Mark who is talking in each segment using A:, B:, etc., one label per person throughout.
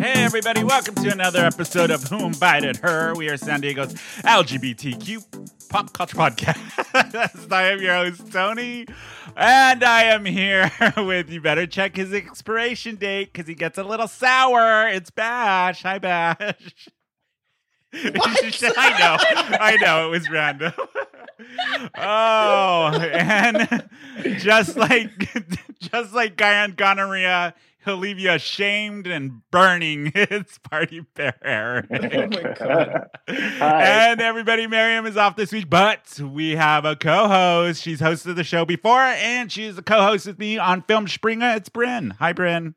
A: everybody. Welcome to another episode of Who Invited Her. We are San Diego's LGBTQ pop culture podcast. I am your host, Tony, and I am here with you. Better check his expiration date because he gets a little sour. It's Bash. Hi, Bash.
B: What?
A: I know. I know. It was random. oh, and just like just like guy on gonorrhea, he'll leave you ashamed and burning. It's party bear.
B: Oh my God.
A: Hi. And everybody, Miriam is off this week, but we have a co-host. She's hosted the show before, and she's a co-host with me on Film Springer. It's Bryn. Hi, Bryn.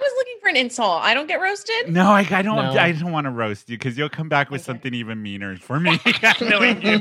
C: I was looking for an insult. I don't get roasted.
A: No, I, I don't.
B: No.
A: I don't want to roast you because you'll come back with
C: Okay.
A: something even meaner for me. Knowing you.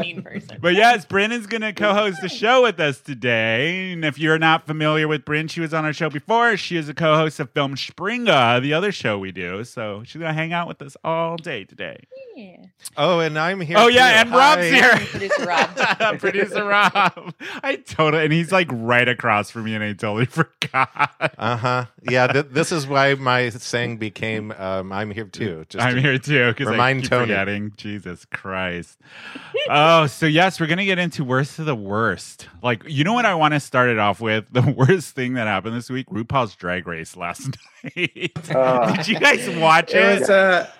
C: mean person.
A: But yes, Bryn is going to co-host the show with us today. And if you're not familiar with Bryn, she was on our show before. She is a co-host of Film Springa, the other show we do. So she's going to hang out with us all day today.
C: Yeah.
D: Oh, and I'm here.
A: oh yeah, and
D: too.
A: Rob's
D: Hi.
A: here.
C: Producer Rob.
A: Producer Rob. I totally and he's like right across from me, and I totally forgot.
D: Uh huh. Yeah, th- this is why my saying became um, "I'm here too." Just
A: I'm here too because I
D: Remind
A: keep
D: Tony.
A: forgetting. Jesus Christ. oh, so yes, we're gonna get into worst of the worst. Like, you know what I want to start it off with? The worst thing that happened this week: RuPaul's Drag Race last night.
B: Uh,
A: Did you guys watch
B: it
A: it?
B: was a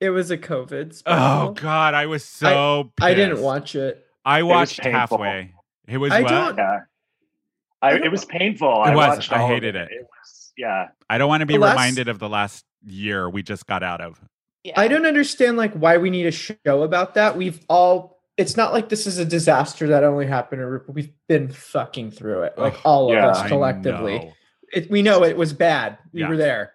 B: it was a COVID special.
A: oh God, I was so.
B: I didn't
A: pissed.
B: watch it.
A: I
E: was
A: watched
E: painful.
A: halfway. It was.
B: I
A: what?
B: don't.
E: Yeah. I, it was painful. I
A: was.
E: watched
A: I
E: all of
A: hated it.
E: It was, yeah.
A: I don't want to be
B: The last-
A: reminded of the last year we just got out of.
C: Yeah.
B: I don't understand like why we need a show about that. We've all. It's not like this is a disaster that only happened to Rupert. We've been fucking through it, like
A: Ugh,
B: all
E: yeah.
B: of
A: I
B: us collectively.
A: know.
B: It, we know it was bad. We
A: Yeah.
B: were there.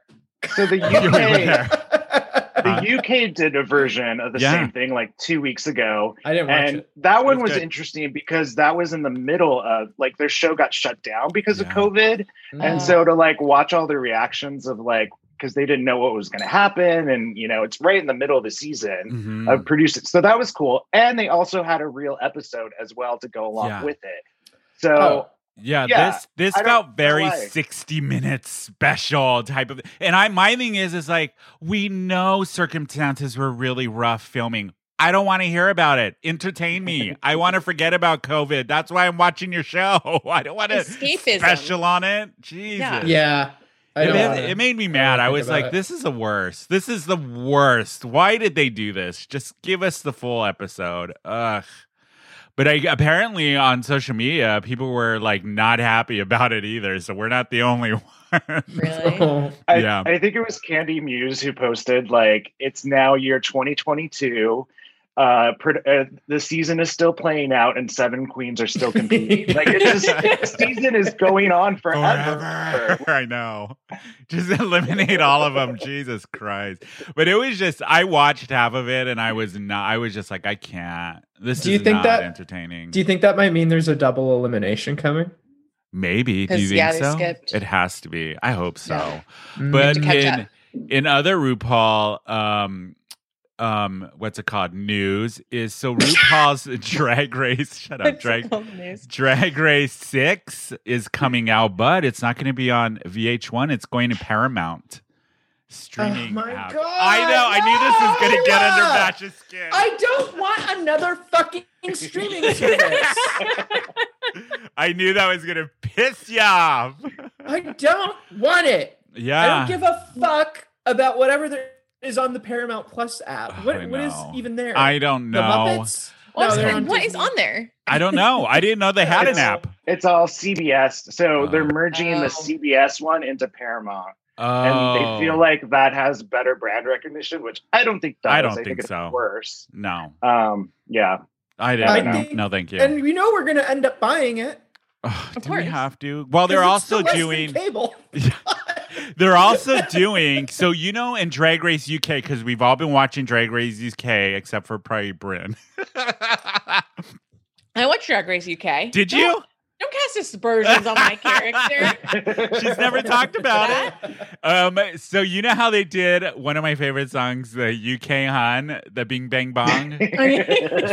E: So the
A: You were
E: UK,
A: there. Uh,
B: I
A: Huh?
E: the UK did a version of the
A: Yeah.
E: same thing like two weeks ago,
B: didn't watch
E: and
B: it.
E: that one
A: It was
E: was
A: good.
E: interesting because that was in the middle of like their show got shut down because
A: Yeah.
E: of COVID,
C: Uh.
E: and so to like watch all the reactions of like because they didn't know what was going to happen, and you know it's right in the middle of the season.
A: Mhm.
E: Of producing, so that was cool, and they also had a real episode as well to go along
A: Yeah.
E: with it. So
B: Oh,
A: Yeah,
E: Yeah,
A: this this
E: I don't
A: felt very
E: why.
A: 60 minutes special type of and I my thing is is like we know circumstances were really rough filming. I don't want to hear about it. Entertain me. I want to forget about COVID. That's why I'm watching your show. I don't want to
C: Escapism.
A: special on it. Jesus.
C: Yeah.
B: Oh, yeah. I
A: It
B: don't
A: made,
B: wanna-
A: it made me
B: don't
A: mad.
B: wanna
A: I
B: think
A: was
B: about
A: like,
B: it.
A: this is the worst. This is the worst. Why did they do this? Just give us the full episode. Ugh. But I, apparently on social media, people were like not happy about it either. So we're not the only one.
C: really.
E: I,
A: Yeah.
E: I think it was Candy Muse who posted like it's now year 2022. Uh, pr- uh, the season is still playing out, and seven queens are still competing. like it's just the season is going on forever.
A: Forever. I know. Just eliminate all of them. Jesus Christ. But it was just, I watched half of it and I was not, I was just like, I can't. This
B: Do you
A: is
B: think
A: not
B: that-
A: entertaining.
B: Do you think that might mean there's a double elimination coming?
A: Maybe. Do you
C: 'Cause,
A: think
C: yeah, they
A: so?
C: skipped.
A: It has to be. I hope so.
C: Yeah.
B: Mm-hmm.
A: But
C: to catch
A: in,
C: up.
A: in other RuPaul, um, um, what's it called? News is so RuPaul's Drag Race. Shut up, Drag
C: News.
A: Drag Race Six is coming out, but it's not going to be on VH1. It's going to Paramount streaming.
B: Oh my
A: app.
B: God,
A: I know. I knew this was going to get under
B: no!
A: Batch's skin.
B: I don't want another fucking streaming service.
A: I knew that was going to piss you off.
B: I don't want it.
A: Yeah.
B: I don't give a fuck about whatever there is on the Paramount Plus app.
A: Oh,
B: What,
A: I
B: what is
A: know.
B: even there?
A: I don't
B: the
A: know.
B: Muppets?
C: Well,
B: No, they're on
C: what is
B: Disney.
C: on there?
A: I don't know. I didn't know they had an
E: It's-
A: app.
E: It's all CBS, so
A: Oh.
E: they're merging
C: Oh.
E: the CBS one into Paramount,
A: Oh,
E: and they feel like that has better brand recognition, which I don't think does.
A: I don't
E: think,
A: think
E: it's
A: so.
E: worse.
A: no.
E: Um, yeah,
A: I
E: I
A: didn't.
B: think-
A: no, thank you.
B: And we know we're going to end up buying it.
A: Ugh,
C: Of
A: do we
C: course.
A: have to? Well, they're
B: 'cause it's
A: also
B: still less
A: doing.
B: than cable.
A: They're also doing. So you know, in Drag Race UK, because we've all been watching Drag Race UK, except for probably Bryn.
C: I watched Drag Race UK.
A: Did
C: Don't-
A: you?
C: Don't cast aspersions on my character.
A: She's never talked about it. Um, so you know how they did one of my favorite songs, the UK Han, the Bing Bang Bong.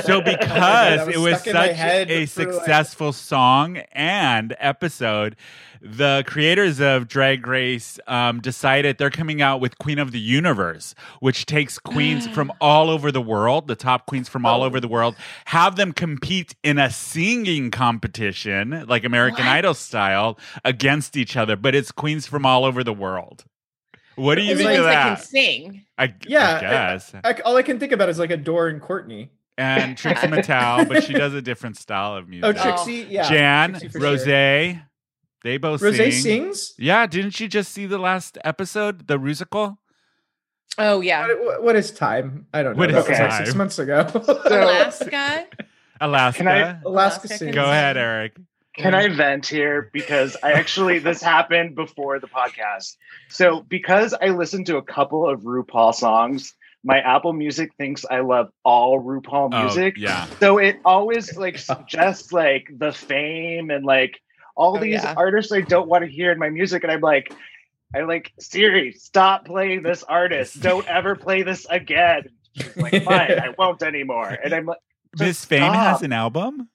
A: so because
B: was
A: it was
B: stuck in my
A: such
B: head
A: a
B: for, like-
A: successful song and episode the creators of drag race um, decided they're coming out with queen of the universe which takes queens from all over the world the top queens from all over the world have them compete in a singing competition like american
C: What?
A: idol style against each other but it's queens from all over the world what do you
C: Only
A: think
C: ones
A: of
C: that can
A: that?
C: sing.
A: I,
B: Yeah,
A: I
B: I-
A: guess.
B: I, all I can think about is like Adore and Courtney.
A: And Trixie Mattel, but she does a different style of music.
B: Oh, Trixie, yeah.
A: Jan,
B: Trixie for
A: Rose,
B: sure.
A: they both
B: Rose
A: sing.
B: sings.
A: Yeah, didn't you just see the last episode, the musical?
C: Oh yeah,
B: What- what- what is time? I don't know.
A: What
B: That
E: is
B: was like
A: time?
B: six months ago.
C: Alaska.
A: Alaska.
E: Can I-
B: Alaska
C: Alaska
B: sings.
C: can
A: Go ahead, Eric.
E: Can
A: Mm.
E: I vent here? Because I actually, this happened before the podcast. So, because I listened to a couple of RuPaul songs, my Apple Music thinks I love all RuPaul
A: Oh,
E: music.
A: yeah.
E: So, it always like suggests like the fame and like all
C: Oh,
E: these
C: yeah.
E: artists I don't want to hear in my music. And I'm like, I like, Siri, stop playing this artist. Don't ever play this again. She's like, fine, I won't anymore. And I'm like,
A: Miss Fame has
E: stop.
A: an album?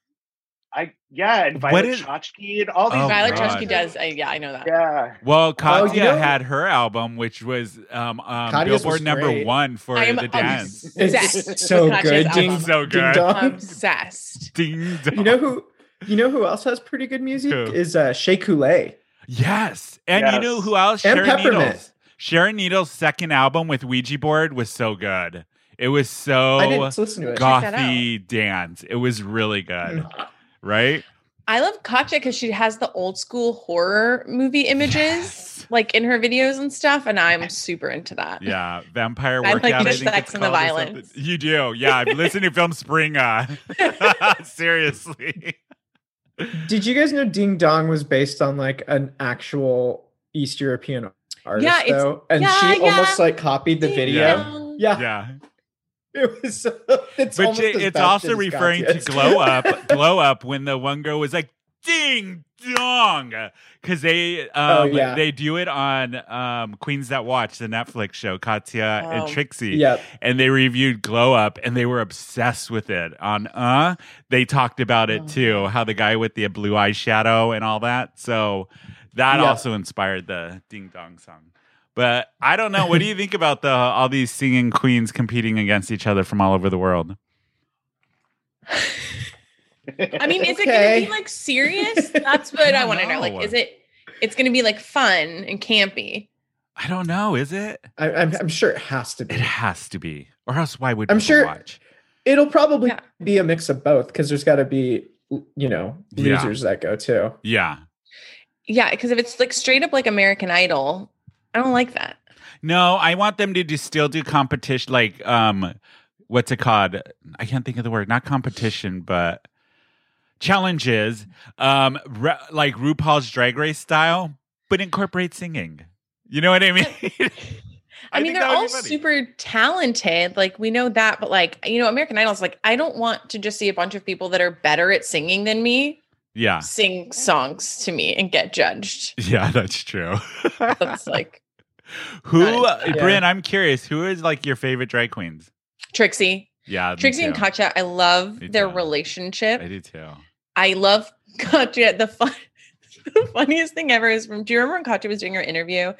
E: I, yeah, and
A: What
E: Violet
A: is-
E: Chachki and all these.
A: Oh,
C: Violet
A: God.
C: Chachki does. I yeah, I know that.
E: Yeah.
A: Well, Katya
B: Oh, know-
A: had her album, which was um, um,
B: Katya's was
A: Billboard number
B: great.
A: one for
C: I am
A: the dance.
C: obsessed.
B: It's so
C: with Katya's
B: good. Ding,
C: album.
A: So
B: ding
A: good.
B: dong.
C: Obsessed.
A: Ding dong.
B: You know who? You know who else has pretty good music
A: Who?
B: is uh, Shea Coulee.
A: yes. And you
E: Yes.
A: know who else?
B: And
A: Sharon
B: Peppermint.
A: Needles. Sharon Needles' second album with Ouija board was so good. It was
B: I
A: so
B: didn't listen to it.
C: Check that
A: gothy dance. It was really good,
B: Mm.
A: right?
C: I love Katya because she has the old school horror movie images
A: Yes.
C: like in her videos and stuff, and I'm super into that.
A: Yeah, vampire
C: I like
A: workout.
C: the
A: I think
C: sex
A: it's
C: and the
A: called or something.
C: violence.
A: You do, yeah. I've listened to film Springa. Seriously,
B: Did you guys know Ding Dong was based on like an actual East European artist
C: Yeah, it's-
B: though? And
C: yeah,
B: she
C: yeah.
B: almost like copied the
C: Ding
B: video.
A: Yeah.
C: dong.
B: Yeah,
A: yeah.
B: it was. uh, It's
A: But
B: almost
A: j-
B: as
A: it's
B: bad
A: also
B: as
A: referring to
B: Katya's.
A: glow up, glow up when the one girl was like ding dong because they um,
B: Oh, yeah.
A: they do it on um, Queens That Watch, the Netflix show. Katya and
C: Oh.
A: Trixie.
B: yep.
A: and they reviewed Glow Up and they were obsessed with it. On uh, they talked about it
C: Oh.
A: too, how the guy with the blue eyeshadow and all that. So that
B: Yeah.
A: also inspired the Ding Dong song. But I don't know. What do you think about the all these singing queens competing against each other from all over the world?
C: I mean, is it
B: Okay.
C: gonna be like serious? That's what I want to know.
A: No.
C: Like, is it? It's gonna be like fun and campy.
A: I don't know. Is it?
B: I, I'm, I'm sure it has to
A: It
B: be.
A: has to be, or else why would
B: I'm
A: people
B: sure-
A: watch?
B: It'll probably
C: Yeah.
B: be a mix of both because there's got to be, you know,
A: Yeah.
B: losers that go too.
A: Yeah.
C: Yeah, because if it's like straight up like American Idol, I don't like that.
A: No, I want them to do, still do competition, like um, what's it called? I can't think of the word. Not competition, but challenges. Um, re- like RuPaul's Drag Race style, but incorporate singing. You know what I mean?
C: I,
A: think
C: mean, they're
A: that would
C: all
A: be funny.
C: super talented. Like we know that, but like you know, American Idol's like I don't want to just see a bunch of people that are better at singing than me
A: Yeah,
C: sing songs to me and get judged.
A: yeah, that's true.
C: That's like
A: who,
C: Not
A: uh, Bryn? I'm curious. Who is like your favorite drag queens?
C: Trixie,
A: Yeah, me
C: Trixie and
A: too.
C: Katya. I love
A: Me
C: their
A: too.
C: relationship.
A: I do too.
C: I love Katya. The fun, the funniest thing ever is from. Do you remember when Katya was doing her interview,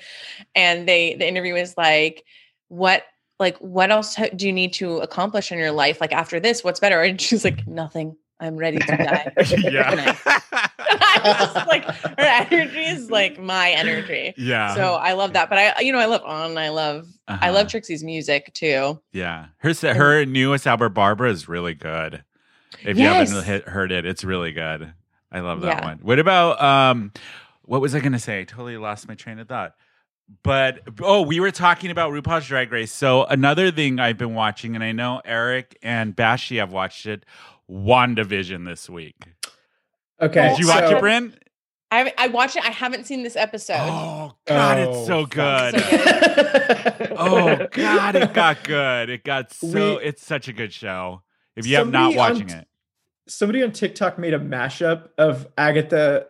C: and they the interview was like, "What like what else ho- do you need to accomplish in your life? Like after this, what's better?" And she's like, "Nothing. I'm ready to die."
A: yeah,
C: I was just like her energy is like my energy.
A: yeah.
C: So I love that. But I, you know, I love on. I love, I
A: Uh-huh.
C: love Trixie's music too.
A: Yeah, her s- her newest Albert Barbara is really good. If you haven't
C: Yes.
A: hit, heard it, it's really good. I love that
C: Yeah.
A: one. What about um, what was I going to say? I totally lost my train of thought. But oh, we were talking about RuPaul's Drag Race. So another thing I've been watching, and I know Eric and Bashi have watched it, WandaVision this week.
B: Okay.
A: Did you watch
B: so-
A: it, Bryn?
C: I, I watch it. I haven't seen this episode.
A: Oh God, it's so
B: Oh, fuck.
A: good. oh God, it got good. It got so.
B: We- um,
A: it's such a good show. If you have not
B: Somebody on
A: watching
B: t-
A: it.
B: Somebody on TikTok made a mashup of Agatha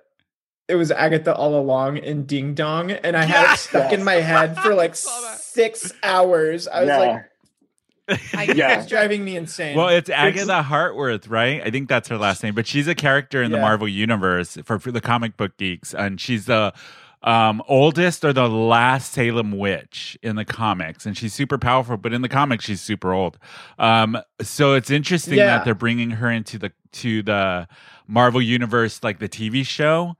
B: it was Agatha all along in Ding Dong, and I had it
A: Yes.
B: stuck in my head for like
D: Saw that.
B: six hours. I was
E: Yeah.
B: like,
C: I,
E: Yeah.
B: it's driving me insane.
A: Well, it's
E: It's-
A: Agatha Hartworth, right? I think that's her last name, but she's a character in the
B: Yeah.
A: Marvel universe for, for the comic book geeks, and she's the um, oldest or the last Salem witch in the comics, and she's super powerful. But in the comics, she's super old. Um, so it's interesting
B: Yeah.
A: that they're bringing her into the to the Marvel universe, like the TV show.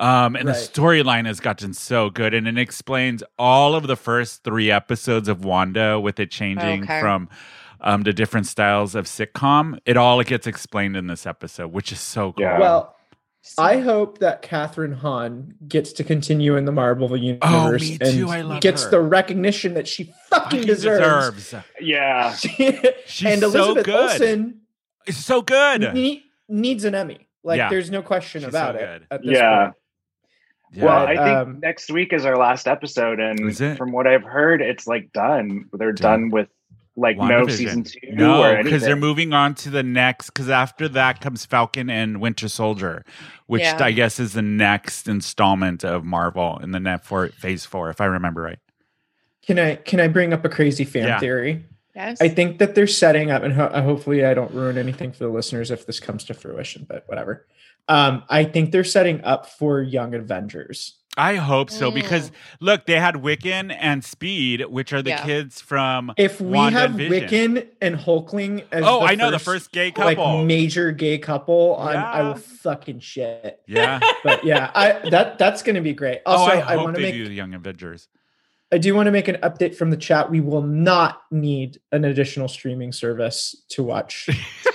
A: Um, and the
B: Right.
A: storyline has gotten so good, and it explains all of the first three episodes of Wanda, with it changing
C: Okay.
A: from um, the different styles of sitcom. It all gets explained in this episode, which is so cool.
E: Yeah.
B: well, I hope that Catherine Hahn gets to continue in the Marvel universe
A: Oh, me too.
B: and
A: I love
B: gets
A: her.
B: the recognition that she fucking
A: Fucking
B: deserves.
E: Yeah.
A: She's
B: and
A: so
B: Elizabeth
A: good.
B: Olsen
A: It's so good.
B: ne- needs an Emmy. Like,
A: Yeah.
B: there's no question
A: She's so
B: about it.
A: good.
B: at this
E: Yeah.
B: point.
A: Yeah.
E: Well,
B: But,
E: I think
B: um,
E: next week is our last episode,
A: Is it?
E: and from what I've heard, it's like done. They're
A: Done.
E: done with like no
A: WandaVision.
E: season two or
A: No,
E: anything.
A: because they're moving on to the next. Because after that comes Falcon and Winter Soldier, which
C: Yeah.
A: I guess is the next installment of Marvel in the net for Phase Four, if I remember right.
B: Can I can I bring up a crazy fan
A: Yeah.
B: theory?
C: yes.
B: I think that they're setting up, and ho- uh, hopefully, I don't ruin anything for the listeners if this comes to fruition. But whatever. Um, I think they're setting up for Young Avengers.
A: I hope so
C: Mm.
A: because look, they had Wiccan and Speed, which are the
C: Yeah.
A: kids from.
B: If we
A: Wanda
B: have
A: and Vision.
B: Wiccan and Hulkling as
A: oh, I know the first gay couple.
B: like major gay couple, on I
A: Yeah.
B: will fucking shit.
A: yeah.
B: But yeah, I that that's gonna be great. Also,
A: oh, I,
B: I,
A: hope
B: want to
A: they
B: make
A: do the Young Avengers.
B: I do want to make an update from the chat. We will not need an additional streaming service to watch.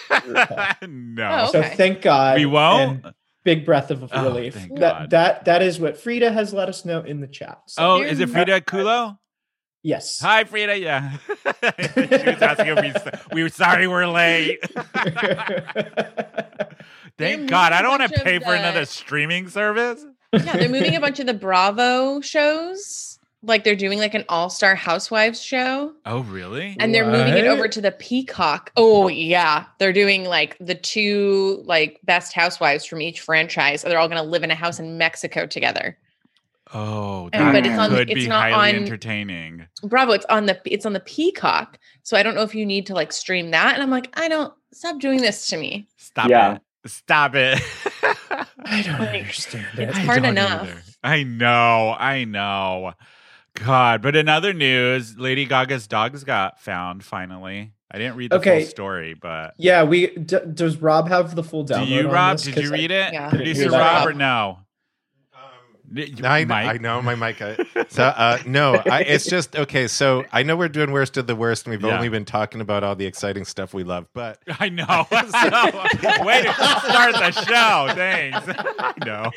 A: no,
B: So
C: Okay.
B: thank God
A: we
B: and
A: won't.
B: big breath of
A: Oh,
B: relief.
A: thank God.
B: that that that is what Frida has let us know in the chat. So,
A: Oh, is it Frida Kulo?
B: yes.
A: Hi, Frida. Yeah, she was asking if we, we were sorry we're late. Thank
C: They're
A: God, I
C: missing
A: don't
C: a
A: want
C: bunch
A: to
C: of
A: pay for
C: the-
A: another streaming service.
C: yeah, they're moving a bunch of the Bravo shows. Like they're doing like an All Star Housewives show,
A: Oh, really?
C: and they're moving it
B: What?
C: over to the Peacock. Oh yeah, they're doing like the two like best housewives from each franchise. and They're all going to live in a house in Mexico together.
A: Oh, that
C: And-
E: but it's
A: could
E: on-
C: it's
A: be
C: not
A: highly
C: on-
A: entertaining.
C: Bravo, it's on the it's on the Peacock. So I don't know if you need to like stream that. And I'm like, I don't stop doing this to me.
A: Stop
E: Yeah.
A: it! Stop it!
B: I don't
C: Like,
B: understand
C: it's
B: it.
A: I
C: hard
A: don't
C: enough.
A: either. I know. I know. God, but in other news, Lady Gaga's dogs got found finally. I didn't read the
B: Okay.
A: full story, but
B: Yeah, we d- does Rob have the full download?
A: do you,
B: on
A: Rob?
B: this?
A: Did
B: 'Cause
A: you
B: I-
A: read it?
C: Yeah.
A: Producer
B: Here's
A: Rob
C: Rob.
A: or no?
D: Um, I,
A: Mike?
D: I know my mic. uh, So uh, no, I, it's just okay. So I know we're doing worst of the worst, and we've
A: Yeah.
D: only been talking about all the exciting stuff we love. But
A: I know. So, way to start the show. Thanks. I know.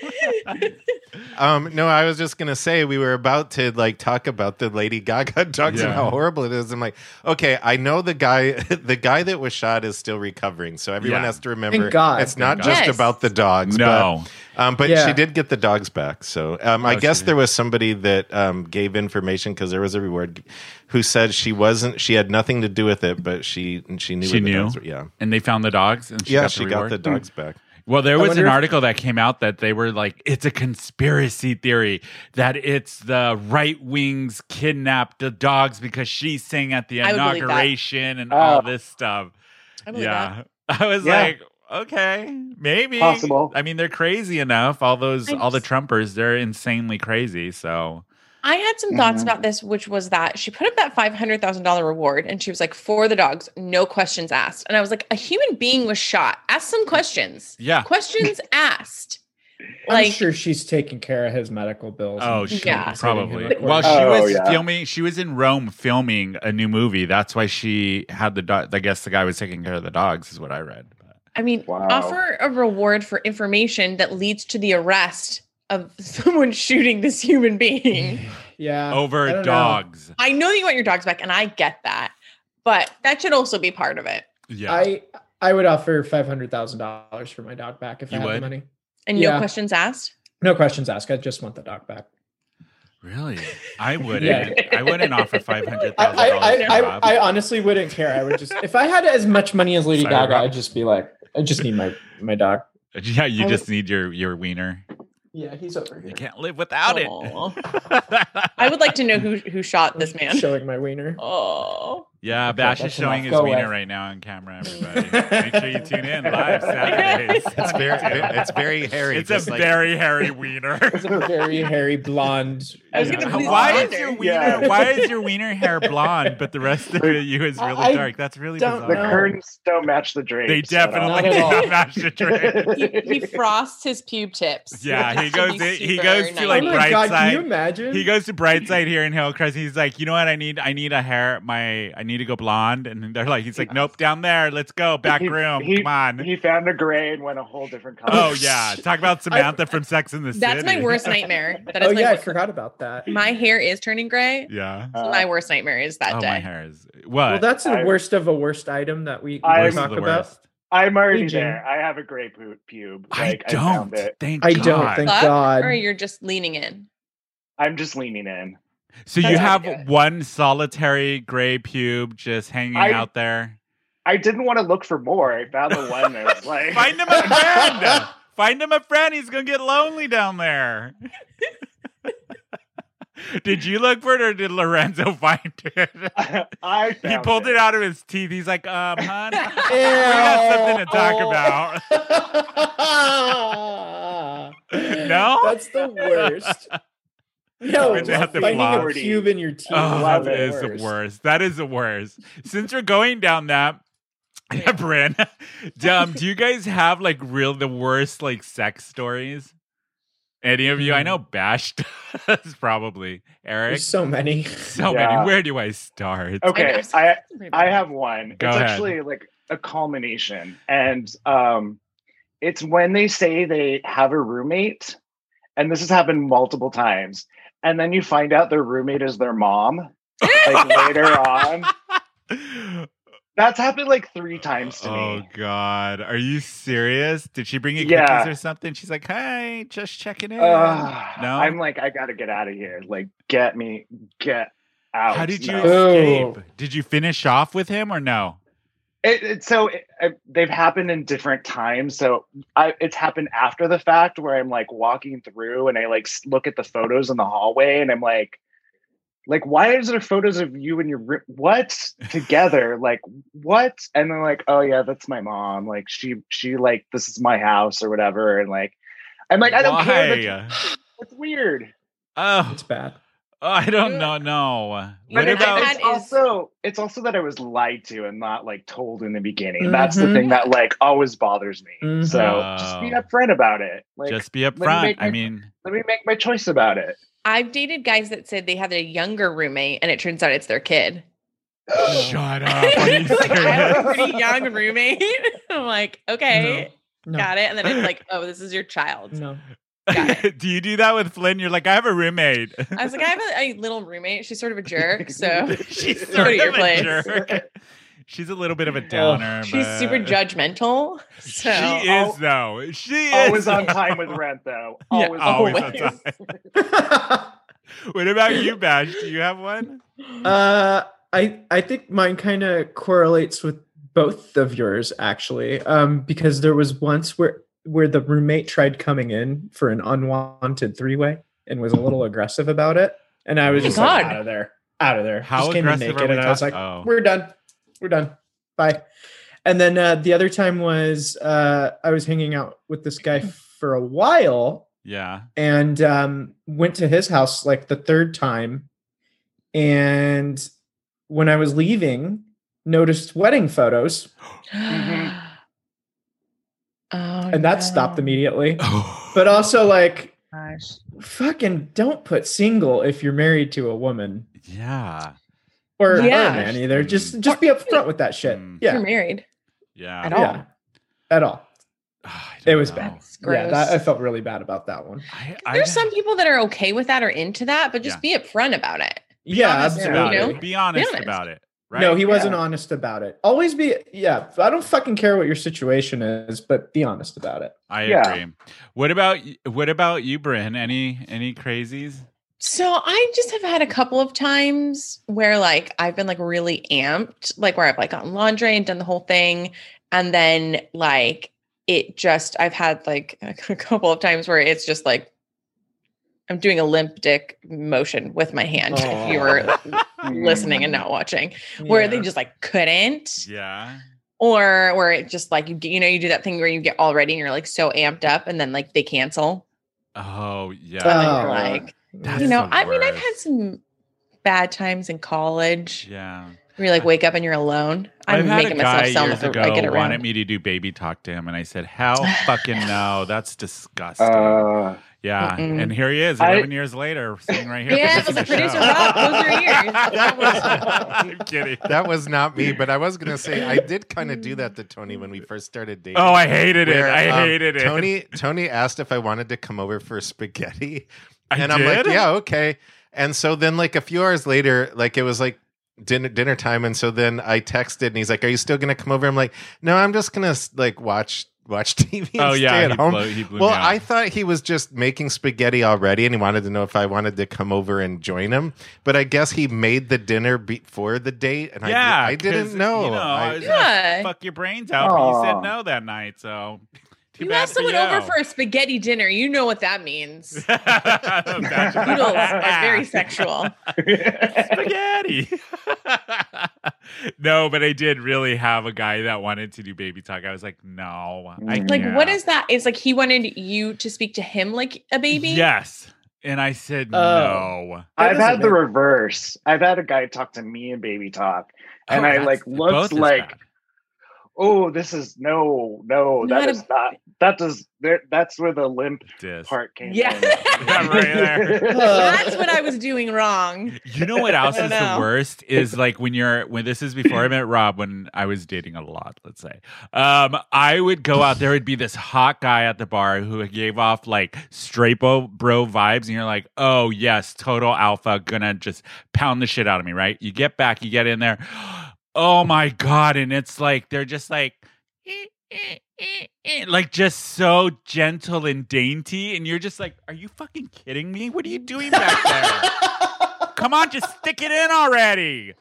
D: um, no, I was just gonna say we were about to like talk about the Lady Gaga dogs
A: Yeah.
D: and how horrible it is. I'm like, okay, I know the guy, the guy that was shot is still recovering. So everyone
A: Yeah.
D: has to remember,
B: God.
D: it's not
A: Thank
C: God.
D: just
C: Yes.
D: about the dogs. but
A: No.
D: Um, but
B: Yeah.
D: she did get the dogs back. So um, I
A: Oh,
D: guess
A: she did.
D: there was somebody that um, gave information because there was a reward who said she wasn't, she had nothing to do with it, but she she knew.
A: She
D: where the
A: knew?
D: Dogs were. Yeah.
A: And they found the dogs and she
D: yeah,
A: got the
D: she
A: reward?
D: got the Hmm. dogs back.
A: Well, there
B: I
A: was
B: wonder
A: an
B: if-
A: article that came out that they were like, it's a conspiracy theory that it's the right wings kidnapped the dogs because she sang at the
C: I would believe that.
A: inauguration and
E: Oh.
A: all this stuff.
C: I believe that.
A: Yeah. I was
E: Yeah.
A: like, okay, maybe
E: Possible.
A: I mean, they're crazy enough. All those,
C: I
A: all the
C: just-
A: Trumpers, they're insanely crazy. So,
C: I had some thoughts
E: Mhm.
B: Mm-hmm.
C: about this, which was that she put up that five hundred thousand dollar reward, and she was like, "For the dogs, no questions asked." And I was like, "A human being was shot. Ask some questions.
A: yeah.
C: Questions asked."
B: I'm
C: Like-
B: sure she's taking care of his medical bills.
A: Oh,
B: and
A: she
C: Yeah.
A: probably.
B: Like,
A: Well, she
E: Oh,
A: was
E: yeah.
A: filming. She was in Rome filming a new movie. That's why she had the dog. I guess the guy was taking care of the dogs, is what I read. But-
C: I mean,
E: Wow.
C: offer a reward for information that leads to the arrest of someone shooting this human being.
B: yeah. Uh, I
A: Over
B: don't
A: dogs.
C: I know that you want your dogs back, and I get that, but that should also be part of it.
A: Yeah.
B: I I would offer five hundred thousand dollars for my dog back if
A: You
B: I had
A: would?
B: the money.
C: And no
B: Yeah.
C: questions asked.
B: No questions asked. I just want the dog back.
A: really? I wouldn't. I wouldn't offer five hundred
B: I
A: thousand
B: I,
A: dollars.
B: I, I, I honestly wouldn't care. I would just if I had as much money as Lady
A: Sorry,
B: Gaga,
A: Rob.
B: I'd just be like, I just need my my dog.
A: yeah, you
B: I
A: just need your your wiener.
B: Yeah, he's over
A: I
B: here
A: can't live without
C: Aw.
A: it.
C: I would like to know who who shot this man.
B: showing my wiener.
C: Oh,
A: Yeah,
B: Okay,
A: Bash is
B: that's
A: showing
B: enough.
A: his
B: Go
A: wiener
B: away.
A: right now on camera, everybody. Make sure you tune in live Saturdays.
D: It's very, it's very hairy.
A: It's
D: just
A: a
D: like-
A: very hairy wiener.
B: It's a very hairy blonde.
C: I was
A: Yeah.
C: gonna
A: How-
C: please
A: Why is
C: wonder.
A: your wiener?
E: Yeah.
A: Why is your wiener hair blonde, but the rest of you is really
B: I
A: dark? That's really
B: don't
E: The
A: bizarre.
B: know.
E: curtains don't match the drapes.
A: They
E: at all.
A: definitely
B: Not at all.
A: don't match the drink.
C: he, he frosts his pube tips.
A: Yeah, he
C: Which should
A: goes.
C: be
A: He
C: super
A: goes to
C: nice.
A: like
B: oh my
A: bright
B: god!
A: side.
B: Can you imagine?
A: He goes to Brightside here in Hillcrest. He's like, you know what? I need, I need a hair. My, I need to go blonde. And they're like, he's like, nope, down there. Let's go back
E: He-
A: room.
E: he-
A: Come on.
E: he found a gray and went a whole different color. Uh,
A: Oh yeah, talk about Samantha from Sex in the City.
C: That's my worst nightmare. That is
B: oh
C: my
B: yeah, I
C: worst-
B: forgot about that.
C: My hair is turning gray.
A: Yeah.
E: Uh,
C: my worst nightmare is that
A: oh,
C: day.
A: my hair is what?
B: well, that's the
E: I-
B: worst of a worst item that we, we
E: I-
A: Worst
B: talk
A: of the
B: about.
A: worst.
E: I'm already
B: Hey, Jim.
E: there. I have a gray pu- pube. Like,
A: I
E: I found
A: don't.
E: it.
A: thank
B: I
A: God.
B: don't. Thank
C: Fuck,
B: God.
C: Or you're just leaning in.
E: I'm just leaning in.
A: So you
C: That's how
A: have
C: we do it.
A: one solitary gray pube just hanging
E: I-
A: out there.
E: I didn't want to look for more. I found the one that was like
A: Find him a friend. Find him a friend. He's gonna get lonely down there. did you look for it or did Lorenzo find it?
E: I found
A: he pulled it.
E: it.
A: out of his teeth. He's like, um, hon, we got something to talk
B: Ew.
A: about. No?
B: that's the worst. No,
E: We're gonna have to
B: finding
E: block.
B: a cube in your teeth.
A: Oh,
E: Love
A: that
E: it.
A: is the worst. That is the worst. Since we're going down that, yeah, Bryn, do- um, do you guys have like real the worst like sex stories? Any of you? I know Bash does probably. Eric,
B: There's so many.
A: so
E: Yeah.
A: many. Where do I start?
E: Okay,
C: know.
E: I I have one.
A: Go
E: it's
A: ahead.
E: actually like a culmination, and um, it's when they say they have a roommate, and this has happened multiple times, and then you find out their roommate is their mom. Like later on, that's happened like three times to
A: Oh
E: me.
A: God, are you serious? Did she bring you
E: Yeah.
A: cookies or something? She's like, "Hey, just checking in."
E: Ugh,
A: Oh, No?
E: I'm like, I gotta get out of here. Like, get me, get out.
A: How did you
E: No.
B: No.
A: escape? Did you finish off with him or no?
E: It, it, so it, uh, they've happened in different times. So I, it's happened after the fact where I'm like walking through and I like s- look at the photos in the hallway and I'm like, like why is there photos of you and your ri- what together? like what? And then like, oh yeah, that's my mom. Like she she like this is my house or whatever. And like I'm like I don't care. That's,
A: Why?
E: that's weird.
A: Oh,
B: It's bad.
A: Oh, I don't know. No.
E: But
A: What
E: it's,
A: about?
E: it's
C: That is-
E: also it's also that I was lied to and not like told in the beginning. That's the
B: Mhm.
A: Mm-hmm.
E: thing that like always bothers me.
B: Mhm.
E: So just be
A: Oh.
E: upfront about it. Like
A: just be
E: let me
A: upfront.
E: make
A: I
E: my-
A: mean,
E: let me make my choice about it.
C: I've dated guys that said they had a younger roommate, and it turns out it's their kid.
A: shut up. Oh, Are you
C: like I had a
A: serious?
C: pretty young roommate. I'm like, okay,
B: No.
C: got it. And then it's like, oh, this is your child.
B: No.
C: Got
A: do you do that with Flynn? You're like, I have a roommate.
C: I was like, I have a, a little roommate. She's sort of a jerk, so
A: She's
C: Go
A: sort
C: to your
A: of a
C: place.
A: jerk. She's a little bit of a
E: Oh,
A: downer.
C: she's
A: but-
C: super judgmental.
A: She
C: So
A: is though. She
E: Always
A: is
E: on
A: though.
E: time with rent though.
B: Yeah,
E: Always,
A: Always
E: on
A: on
E: time.
A: time. What about you, Bash? Do you have one?
B: Uh, I I think mine kind of correlates with both of yours actually, um, because there was once where where the roommate tried coming in for an unwanted three way and was a little aggressive about it, and I
A: Oh
B: was
A: my
B: just like,
C: God.
B: out of there, out of there.
A: How
B: just came in
A: aggressive
B: naked,
A: are we
B: and I was like,
A: talking? Oh.
B: we're done, we're done, bye. And then uh, the other time was uh, I was hanging out with this guy for a while,
A: Yeah.
B: and um, went to his house like the third time. And when I was leaving, noticed wedding photos,
E: Mhm.
C: Oh,
B: Mm-hmm. and that stopped
C: no.
B: immediately. But also, like,
C: Gosh.
B: fucking don't put single if you're married to a woman
A: yeah.
B: or, or a
C: Yeah.
B: man either. Just just be upfront with that shit.
A: Mm.
B: Yeah,
C: You're married.
A: Yeah.
C: At all.
B: yeah, at all.
A: Ah, I
B: It
A: don't
B: was
A: know.
B: bad.
C: It's gross.
B: Yeah, that, I felt really bad about that one.
A: I, I,
C: There's some people that are okay with that or into that, but just be upfront about it.
A: be
B: yeah,
A: honest
B: absolutely.
A: about
C: You
A: it. Be honest
C: honest.
A: about it. Right?
B: No, he wasn't honest about it. Always be yeah. I don't fucking care what your situation is, but be honest about it.
A: I
E: Yeah.
A: agree. What about y- what about you, Bryn? Any any crazies?
C: So I just have had a couple of times where like I've been like really amped, like where I've like gotten laundry and done the whole thing. And then like it just I've had like a couple of times where it's just like I'm doing a limp dick motion with my hand. If you were listening and not watching, where they just like couldn't,
A: Yeah.
C: or where it just like you get- you know you do that thing where you get all ready and you're like so amped up, and then like they cancel.
A: Oh yeah.
C: And then
B: Oh.
C: you're like,
A: That's
C: you know,
A: the
C: I mean, I've
A: worst.
C: had some bad times in college
A: Yeah.
C: where you like wake up and you're alone.
A: I've
C: I'm
A: had a
C: making
A: guy
C: myself sound
A: years
C: like
A: ago
C: I get
A: wanted
C: around.
A: me to do baby talk to him, and I said, "Hell, fucking no, that's disgusting."
E: Uh,
A: yeah,
C: Mm-mm.
A: and here he is,
E: I-
A: eleven years later, sitting right here.
C: Yeah, it
A: producing the
C: was like,
A: show.
C: "Producer Rob, close your ears."
A: That was- I'm kidding.
D: That was not me, but I was gonna say I did kind of do that to Tony when we first started dating.
A: Oh, I hated it.
D: where,
A: I
D: um,
A: hated it.
D: Tony Tony asked if I wanted to come over for spaghetti,
A: I
D: and I'm like,
A: did?
D: yeah, okay. And so then, like a few hours later, like it was like dinner dinner time, and so then I texted, and he's like, "Are you still gonna come over?" I'm like, "No, I'm just gonna like watch watch TV. And
A: Oh yeah,
D: stay at
A: he
D: home."
A: blew, he blew
D: Well,
A: me out.
D: I thought he was just making spaghetti already, and he wanted to know if I wanted to come over and join him. But I guess he made the dinner before the date, and
A: yeah,
D: I, did, I
A: 'cause,
D: didn't know.
A: You know, I, was gonna
C: Yeah.
A: fuck your brains out, but you said
E: Aw.
A: no that night. So too
C: you
A: bad
C: asked
A: for
C: someone
A: you.
C: over for a spaghetti dinner. You know what that means.
A: That's what-
C: Noodles are very sexual.
A: spaghetti. no, but I did really have a guy that wanted to do baby talk. I was like, no, I
E: Mm.
C: Like,
A: can't.
C: what is that? It's like he wanted you to speak to him like a baby.
A: Yes, and I said
B: Oh.
A: no.
E: I've
B: doesn't
E: had the
B: make-
E: reverse. I've had a guy talk to me in baby talk, and
A: Oh,
E: I
A: that's-
E: like looked
A: both is
E: like,
A: bad.
E: "Oh, this is no, no,
C: Not
E: that
C: a-
E: is not. That does there. That's where the limp
A: Dis.
E: part came.
C: Yeah.
E: from.
A: Right there.
C: That's what I was doing wrong.
A: You know what else
C: I
A: is the
C: know.
A: worst is like when you're when this is before I met Rob when I was dating a lot, let's say. Um, I would go out there would be this hot guy at the bar who gave off like straight bo- bro vibes, and you're like, oh yes, total alpha, gonna just pound the shit out of me, right? You get back, you get in there, oh my god, and it's like they're just like. "Eh, eh, eh, eh," Like just so gentle and dainty, and you're just like, "Are you fucking kidding me? What are you doing back there?" Come on, just stick it in already.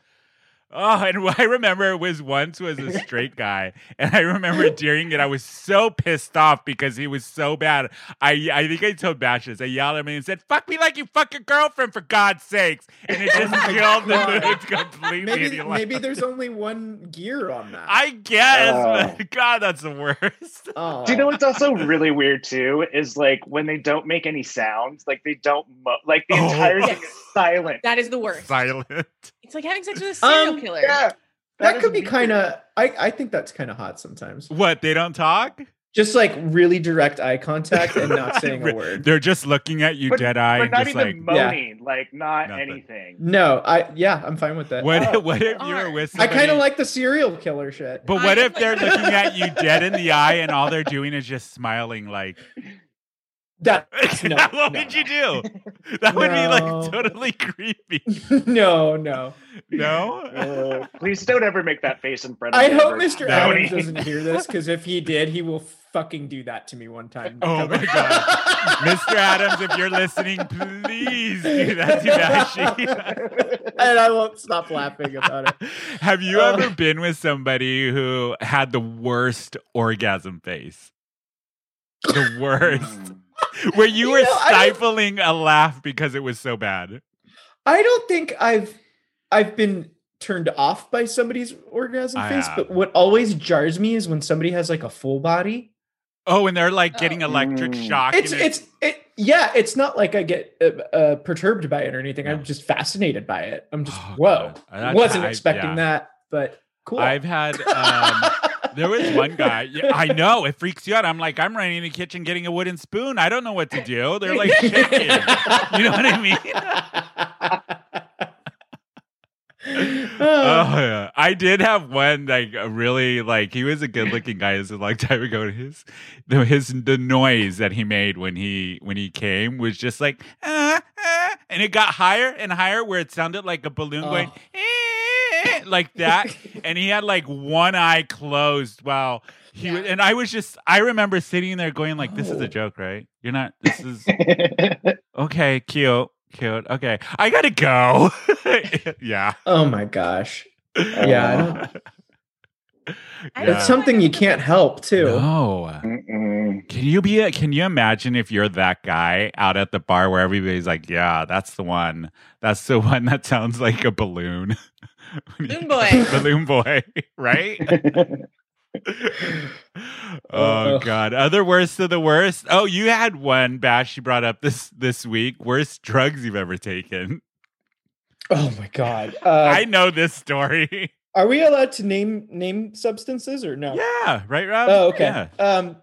A: Oh, and what I remember it was once was a straight guy, and I remember during it I was so pissed off because he was so bad. I I think I told Bashes I yelled at him and said, "Fuck me like you fuck your girlfriend for God's sakes!" And it just killed the
B: God.
A: mood completely. and
B: maybe
A: he left.
B: maybe there's only one gear on that.
A: I guess,
E: Oh.
A: but God, that's the worst.
B: oh.
E: Do you know what's also really weird too is like when they don't make any sounds, like they don't mo- like the
A: Oh.
E: entire
C: Yes.
E: thing is silent.
C: That is the worst.
A: Silent.
C: It's like having sex with a serial
B: Um,
C: killer.
E: yeah,
B: that,
E: is
B: could be
E: weird.
B: kind of. I I think that's kind of hot sometimes.
A: What they don't talk?
B: Just like really direct eye contact and not saying a word.
A: They're just looking at you
E: But-
A: dead eye
E: but
A: and
E: not
A: just
E: even
A: like.
B: Yeah.
E: moaning, like not
A: Nothing.
E: anything.
B: No, I yeah, I'm fine with that.
A: What,
E: Oh,
A: what if you were
C: darn.
A: with
B: I
A: somebody?
B: kind of like the serial killer shit.
A: But
C: I
A: what
C: am
A: if they're
C: like-
A: looking at you dead in the eye and all they're doing is just smiling like
B: That No,
A: what
B: no,
A: would you do? That would be
B: No.
A: like totally creepy.
B: no, no.
A: No?
E: Uh, please don't ever make that face in front of
B: I
E: me
B: hope
E: ever.
B: Mr.
A: No.
B: Adams doesn't hear this because if he did, he will fucking do that to me one time.
A: Oh my God. Mr. Adams, if you're listening, please do that to Bashi.
B: and I won't stop laughing about it.
A: Have you
B: Uh.
A: ever been with somebody who had the worst orgasm face? The worst. Where you,
B: You
A: were
B: know, I don't-
A: stifling a laugh because it was so bad.
B: I don't think I've I've been turned off by somebody's orgasm
A: I uh,
B: face,
A: have.
B: but what always jars me is when somebody has like a full body.
A: Oh, and they're like getting
C: Oh.
A: electric
B: Hmm.
E: Mm.
A: shock.
B: It's
A: and it-
B: it's it. Yeah, it's not like I get uh, uh, perturbed by it or anything.
A: No.
B: I'm just fascinated by it. I'm just
A: Oh,
B: whoa.
A: God.
B: I
A: That's-
B: wasn't
A: I-
B: expecting
A: yeah.
B: that, but cool.
A: I've had um, there was one guy. yeah, I know it freaks you out. I'm like, I'm running in the kitchen getting a wooden spoon. I don't know what to do. They're like shaking. You know what I mean?
B: Oh,
A: Oh, yeah. I did have one like a really like he was a good looking guy. This was a long time ago. And his the his the noise that he made when he when he came was just like "Ah, ah," and it got higher and higher where it sounded like a balloon going "Eh," like that. and he had like one eye closed while he was, and I was just I remember sitting there going like this is a
B: Oh.
A: joke, right? You're not this is okay, cute, cute. Okay. I got to go. yeah.
B: oh my gosh. Yeah, I don't-
C: I
A: Yeah.
B: It's something you can't help too.
A: No.
E: Uh,
A: Can
E: Mm-mm.
A: Can you be? A, can you imagine if you're that guy out at the bar where everybody's like, "Yeah, that's the one. That's the one that sounds like a balloon."
C: Balloon boy.
A: balloon boy, right? oh
B: Oh.
A: god other worst of the worst oh you had one bash you brought up this this week worst drugs you've ever taken
B: Oh my god. Uh,
A: i know this story
B: are we allowed to name name substances or no?
A: yeah right rob
B: Oh, okay.
A: Yeah.
B: Um,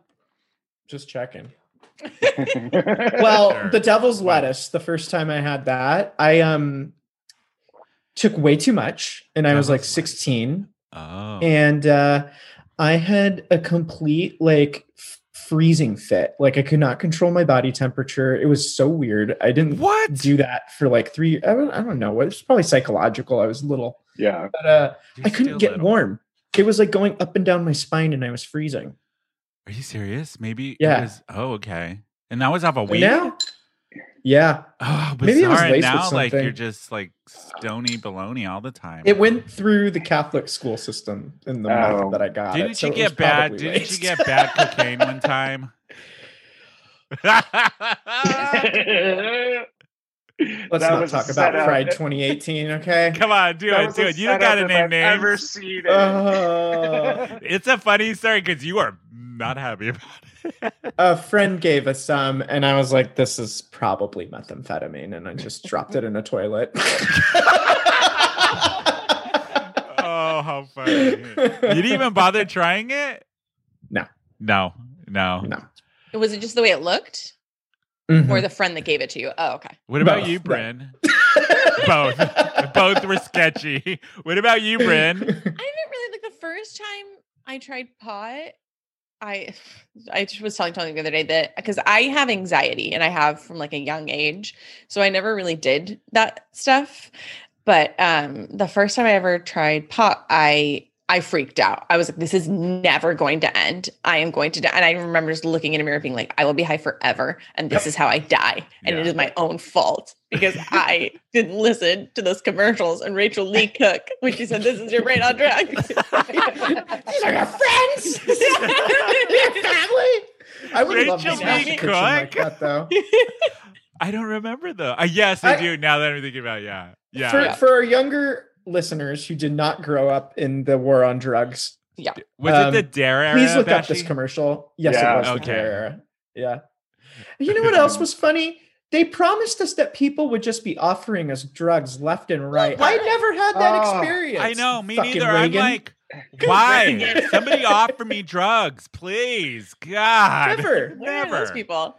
B: just checking.
E: well,
B: Well,
A: Sure.
B: the devil's
A: Wow.
B: lettuce. The first time I had that, I um took way too much, and I was
A: Devil's
B: like
A: lettuce.
B: 16,
A: oh
B: and uh, I had a complete like f- freezing fit. Like I could not control my body temperature. It was so weird. I didn't
A: what
B: do that for like three. I don't, I don't know. It was probably psychological. I was little,
E: yeah.
B: but uh,
A: You're
B: I couldn't
A: still
B: get
A: little.
B: warm. It was like going up and down my spine, and I was freezing.
A: are you serious maybe
B: Yeah.
A: it was, oh okay and that was off a
B: But
A: weed
B: now, yeah,
A: oh bizarre
B: Maybe it was
A: and
B: laced with
A: now like
B: something.
A: you're just like stony baloney all the time
B: It went through the Catholic school system in the
E: Oh.
B: month that I got.
A: didn't
B: it, so
A: you
B: it was
A: get bad
B: probably
A: didn't
B: laced.
A: you get bad cocaine one time
B: Let's
E: That
B: not
E: was a
B: talk about
E: setup.
B: Pride 2018, okay?
A: Come on, do
E: That
A: it,
E: was
A: do
E: a
A: it. You don't
E: setup
A: gotta
E: if
A: name
E: I've
A: names.
E: Ever seen it?
B: Uh,
A: It's a funny story because you are not happy about it.
B: a friend gave us some, and I was like, "This is probably methamphetamine," and I just dropped it in a toilet.
A: oh, how funny! you didn't even bother trying it.
B: No.
A: no, no.
B: No.
C: Was it just the way it looked, or
A: Mm-hmm.
B: Mhm.
C: the friend that gave it to you? Oh, okay.
A: What about
B: Both.
A: you, Bryn? Both, both were sketchy. What about you, Bryn?
C: I didn't really like the first time I tried pot. I I just was telling Tony the other day that because I have anxiety and I have from like a young age, so I never really did that stuff. But um, the first time I ever tried pot, I I freaked out. I was like, "This is never going to end. I am going to die." And I remember just looking in a mirror, being like, "I will be high forever, and this is how I die, and it
A: Yeah.
C: is my own fault because I didn't listen to those commercials." And Rachel Lee Cook, when she said, "This is your brain on drugs."
B: These are your friends. Your family. I would love
A: Rachel
B: to smash
C: Lee
B: a kitchen like
A: Cook.
B: that, though.
A: I don't remember though. Uh, yes, I,
B: I-
A: do. Now that I'm thinking about, it, yeah, yeah.
B: for,
C: Yeah.
B: for our younger listeners who did not grow up in the war on drugs,
A: Was it
B: um,
A: the Dare era?
B: please look up this
A: Bashi?
B: commercial. Yes,
E: Yeah.
B: it was
A: Okay.
B: the Terror era. Yeah. You know what else was funny? They promised us that people would just be offering us drugs left and right. I never had that
E: Oh,
B: experience.
A: I know, me
B: fucking
A: neither.
B: Reagan.
A: I'm like, why?
E: Reagan.
A: Somebody offer me drugs, please. God.
B: Never.
C: What are those people?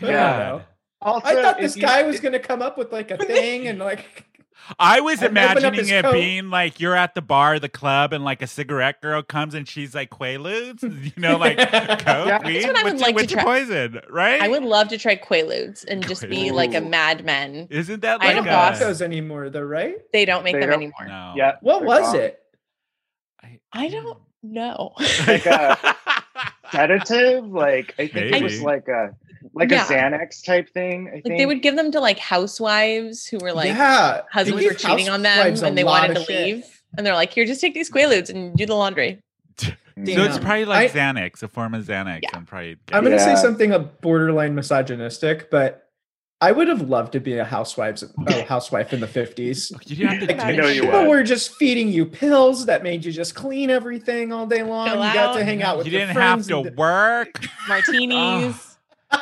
B: I
A: God.
B: don't know.
E: Also,
B: I thought
E: if
B: this
E: you-
B: guy was going to come up with like a thing and like,
A: I was
B: I open up
A: imagining
B: his
A: it
B: coat.
A: being like you're at the bar, the club, and like a cigarette girl comes and she's like Quaaludes, you know, like coke,
E: That's
A: weed,
C: what I would
A: what's,
C: like to
A: what's your
C: try.
A: poison, right?
C: I would love to try Quaaludes and just be like a
E: Quaaludes.
C: madman.
A: Isn't that like
C: I had a
B: I
A: a
B: don't
C: boss-
B: got those anymore though, right?
C: They don't make
E: They
C: them
E: don't-
C: anymore.
A: No.
E: Yeah.
B: What
E: they're
B: was
E: gone.
B: it?
A: I,
C: I don't know.
E: Like a- sedative. Like I think it was
A: Maybe.
E: like a like
C: Yeah.
E: a Xanax type thing. I think
C: Like they would give them to like housewives who were like
B: yeah,
C: husbands
B: They
C: were
B: gave
C: cheating on them
B: housewives a
C: and they
B: lot
C: wanted to
B: of shit.
C: leave. And they're like, here, just take these Quaaludes and do the laundry.
A: So it's
B: Damn.
A: probably like
B: I-
A: Xanax, a form of Xanax.
C: Yeah.
A: I'm probably.
B: I'm gonna say
E: Yeah.
B: something a borderline misogynistic, but I would have loved to be a housewives a housewife in the 50s.
A: Look, you didn't have to
C: I
A: do
E: know
A: that.
E: you
B: People
E: would.
B: were just feeding you pills that made you just clean everything all day long.
C: Chill
B: you got
C: out.
B: to hang out with
A: You
B: your
A: didn't have
B: friends
A: to
B: and d-
A: work.
C: Martinis.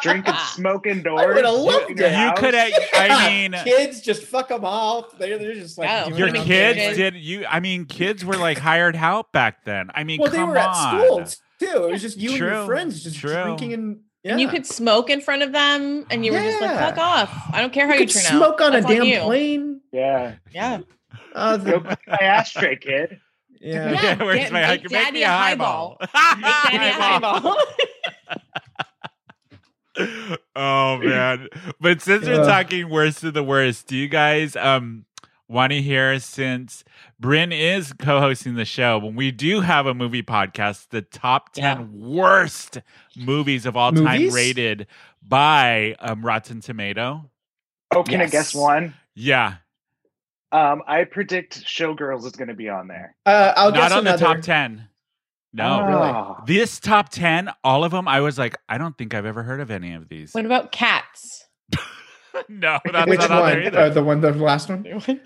E: drink and smoke indoors.
B: I would've loved
E: in your
B: it.
A: You
E: house.
A: could have. I mean, Oh,
B: kids just fuck them off. They're, they're just like
C: Yeah,
B: doing
A: your
B: it on
A: kids
B: their own.
A: did you? I mean, kids were like hired help back then. I mean,
B: Well,
A: come
B: they
A: on.
B: were at school too. It was just you and
A: True,
B: your friends just
A: true.
B: drinking and yeah.
C: And you could smoke in front of them and you were just like,
B: Yeah.
C: fuck off. I don't care
B: You
C: how you,
B: could
C: turn out.
B: smoke on a
C: That's on
B: damn
C: you.
B: plane.
E: Yeah.
C: Yeah.
B: Uh,
E: Go
B: the-
E: my ashtray, kid.
B: yeah.
C: Yeah.
A: where's
C: get-
A: my
C: make
A: hike? Make
C: daddy
A: me a
C: a
A: highball.
C: Daddy eyeball.
A: oh man! But since we're
B: Ugh.
A: talking worst of the worst, do you guys um want to hear? Since Bryn is co-hosting the show, when we do have a movie podcast, the top ten worst movies of all time
B: Movies?
A: rated by um, Rotten Tomato.
E: Oh, can I
B: Yes.
E: guess one?
A: Yeah,
E: Um, I predict Showgirls is going to be on there.
B: Uh, I'll
A: not
B: guess
A: on
B: another.
A: the top ten. No,
B: Oh. really.
E: Ah.
A: this top ten, all of them, I was like, I don't think I've ever heard of any of these.
C: What about cats?
A: no, that's
B: Which
A: not on there
B: one?
A: either.
B: Uh, the one, the last one.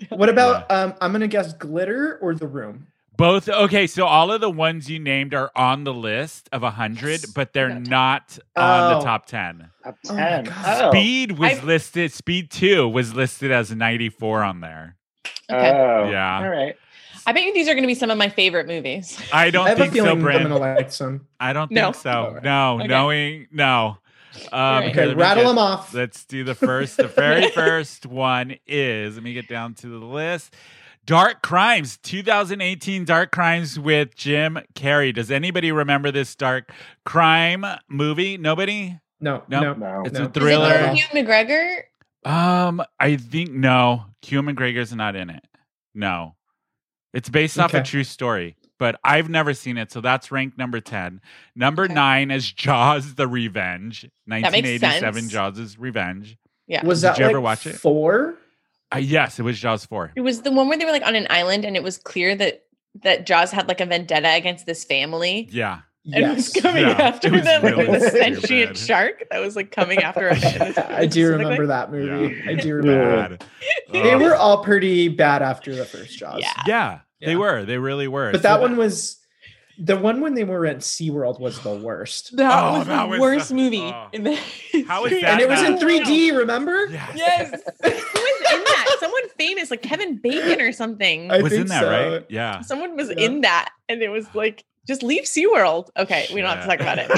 B: What about? Um, I'm gonna guess glitter or the room.
A: Both okay, so all of the ones you named are on the list of a hundred,
C: Yes.
A: but they're
C: Got it.
A: not on the
B: Oh.
A: top ten.
E: Top
B: Oh
E: 10.
B: my
E: Oh,
B: God.
A: Speed was
C: I-
A: listed. Speed two was listed as ninety four on there.
B: Uh,
C: Okay.
E: Oh.
A: Yeah.
E: All right.
C: I bet you these are going to be some of my favorite movies.
A: I don't
B: I have a
A: think so,
B: feeling I'm
A: Brent.
B: gonna like some.
A: I don't
C: No.
A: think so.
B: All right.
A: No,
C: Okay.
A: knowing no. Uh,
C: right.
A: because
B: Okay,
A: let me
B: rattle
A: get-
B: them off.
A: Let's do the first. The very first one is let me get down to the list. Dark Crimes, 2018 Dark Crimes with Jim Carrey. Does anybody remember this Dark Crime movie? Nobody?
B: No,
A: No.
B: no,
E: No.
A: It's
B: No.
A: a
B: Is it
A: thriller.
B: Hugh
C: Is it Hugh McGregor?
A: Um, I think no. Hugh McGregor's not in it. No, it's based off a
B: Okay.
A: true story, but I've never seen it, so that's ranked number ten. Number
C: Okay.
A: nine is Jaws: The Revenge, nineteen
C: makes
A: eighty-seven.
C: sense.
A: Jaws' Revenge.
C: Yeah.
B: Was
A: Did
B: that
A: you
B: like
A: ever watch it?
B: four?
A: Uh, yes, it was Jaws four.
C: It was the one where they were like on an island and it was clear that that Jaws had like a vendetta against this family.
A: Yeah,
C: And was
B: Yes.
C: coming
A: Yeah,
C: after
A: it was
C: them
B: really
C: with a sentient
A: stupid.
C: shark that was like coming after a man.
B: I do remember that movie.
A: Yeah.
B: I do remember. that.
A: bad.
B: They
A: Ugh.
B: were all pretty bad after the first Jaws.
C: Yeah.
A: Yeah, they
B: Yeah.
A: were. They really were.
B: But
A: So
B: that one was the one when they were at SeaWorld was the worst.
C: That
A: Oh,
C: was
A: that
C: the
A: was
C: worst
A: the-
C: movie
A: oh.
C: in the
A: How is
C: history
A: that
B: And it
C: of
B: was in
A: bad?
C: the world.
B: 3D, remember?
A: Yes.
C: Yes. Who was in that? Someone famous, like Kevin Bacon or something.
B: I
A: was in
B: think
A: that
B: so.
A: right? Yeah.
C: Someone was
B: Yeah.
C: in that and it was like, just leave SeaWorld. Okay, we don't have to talk about it.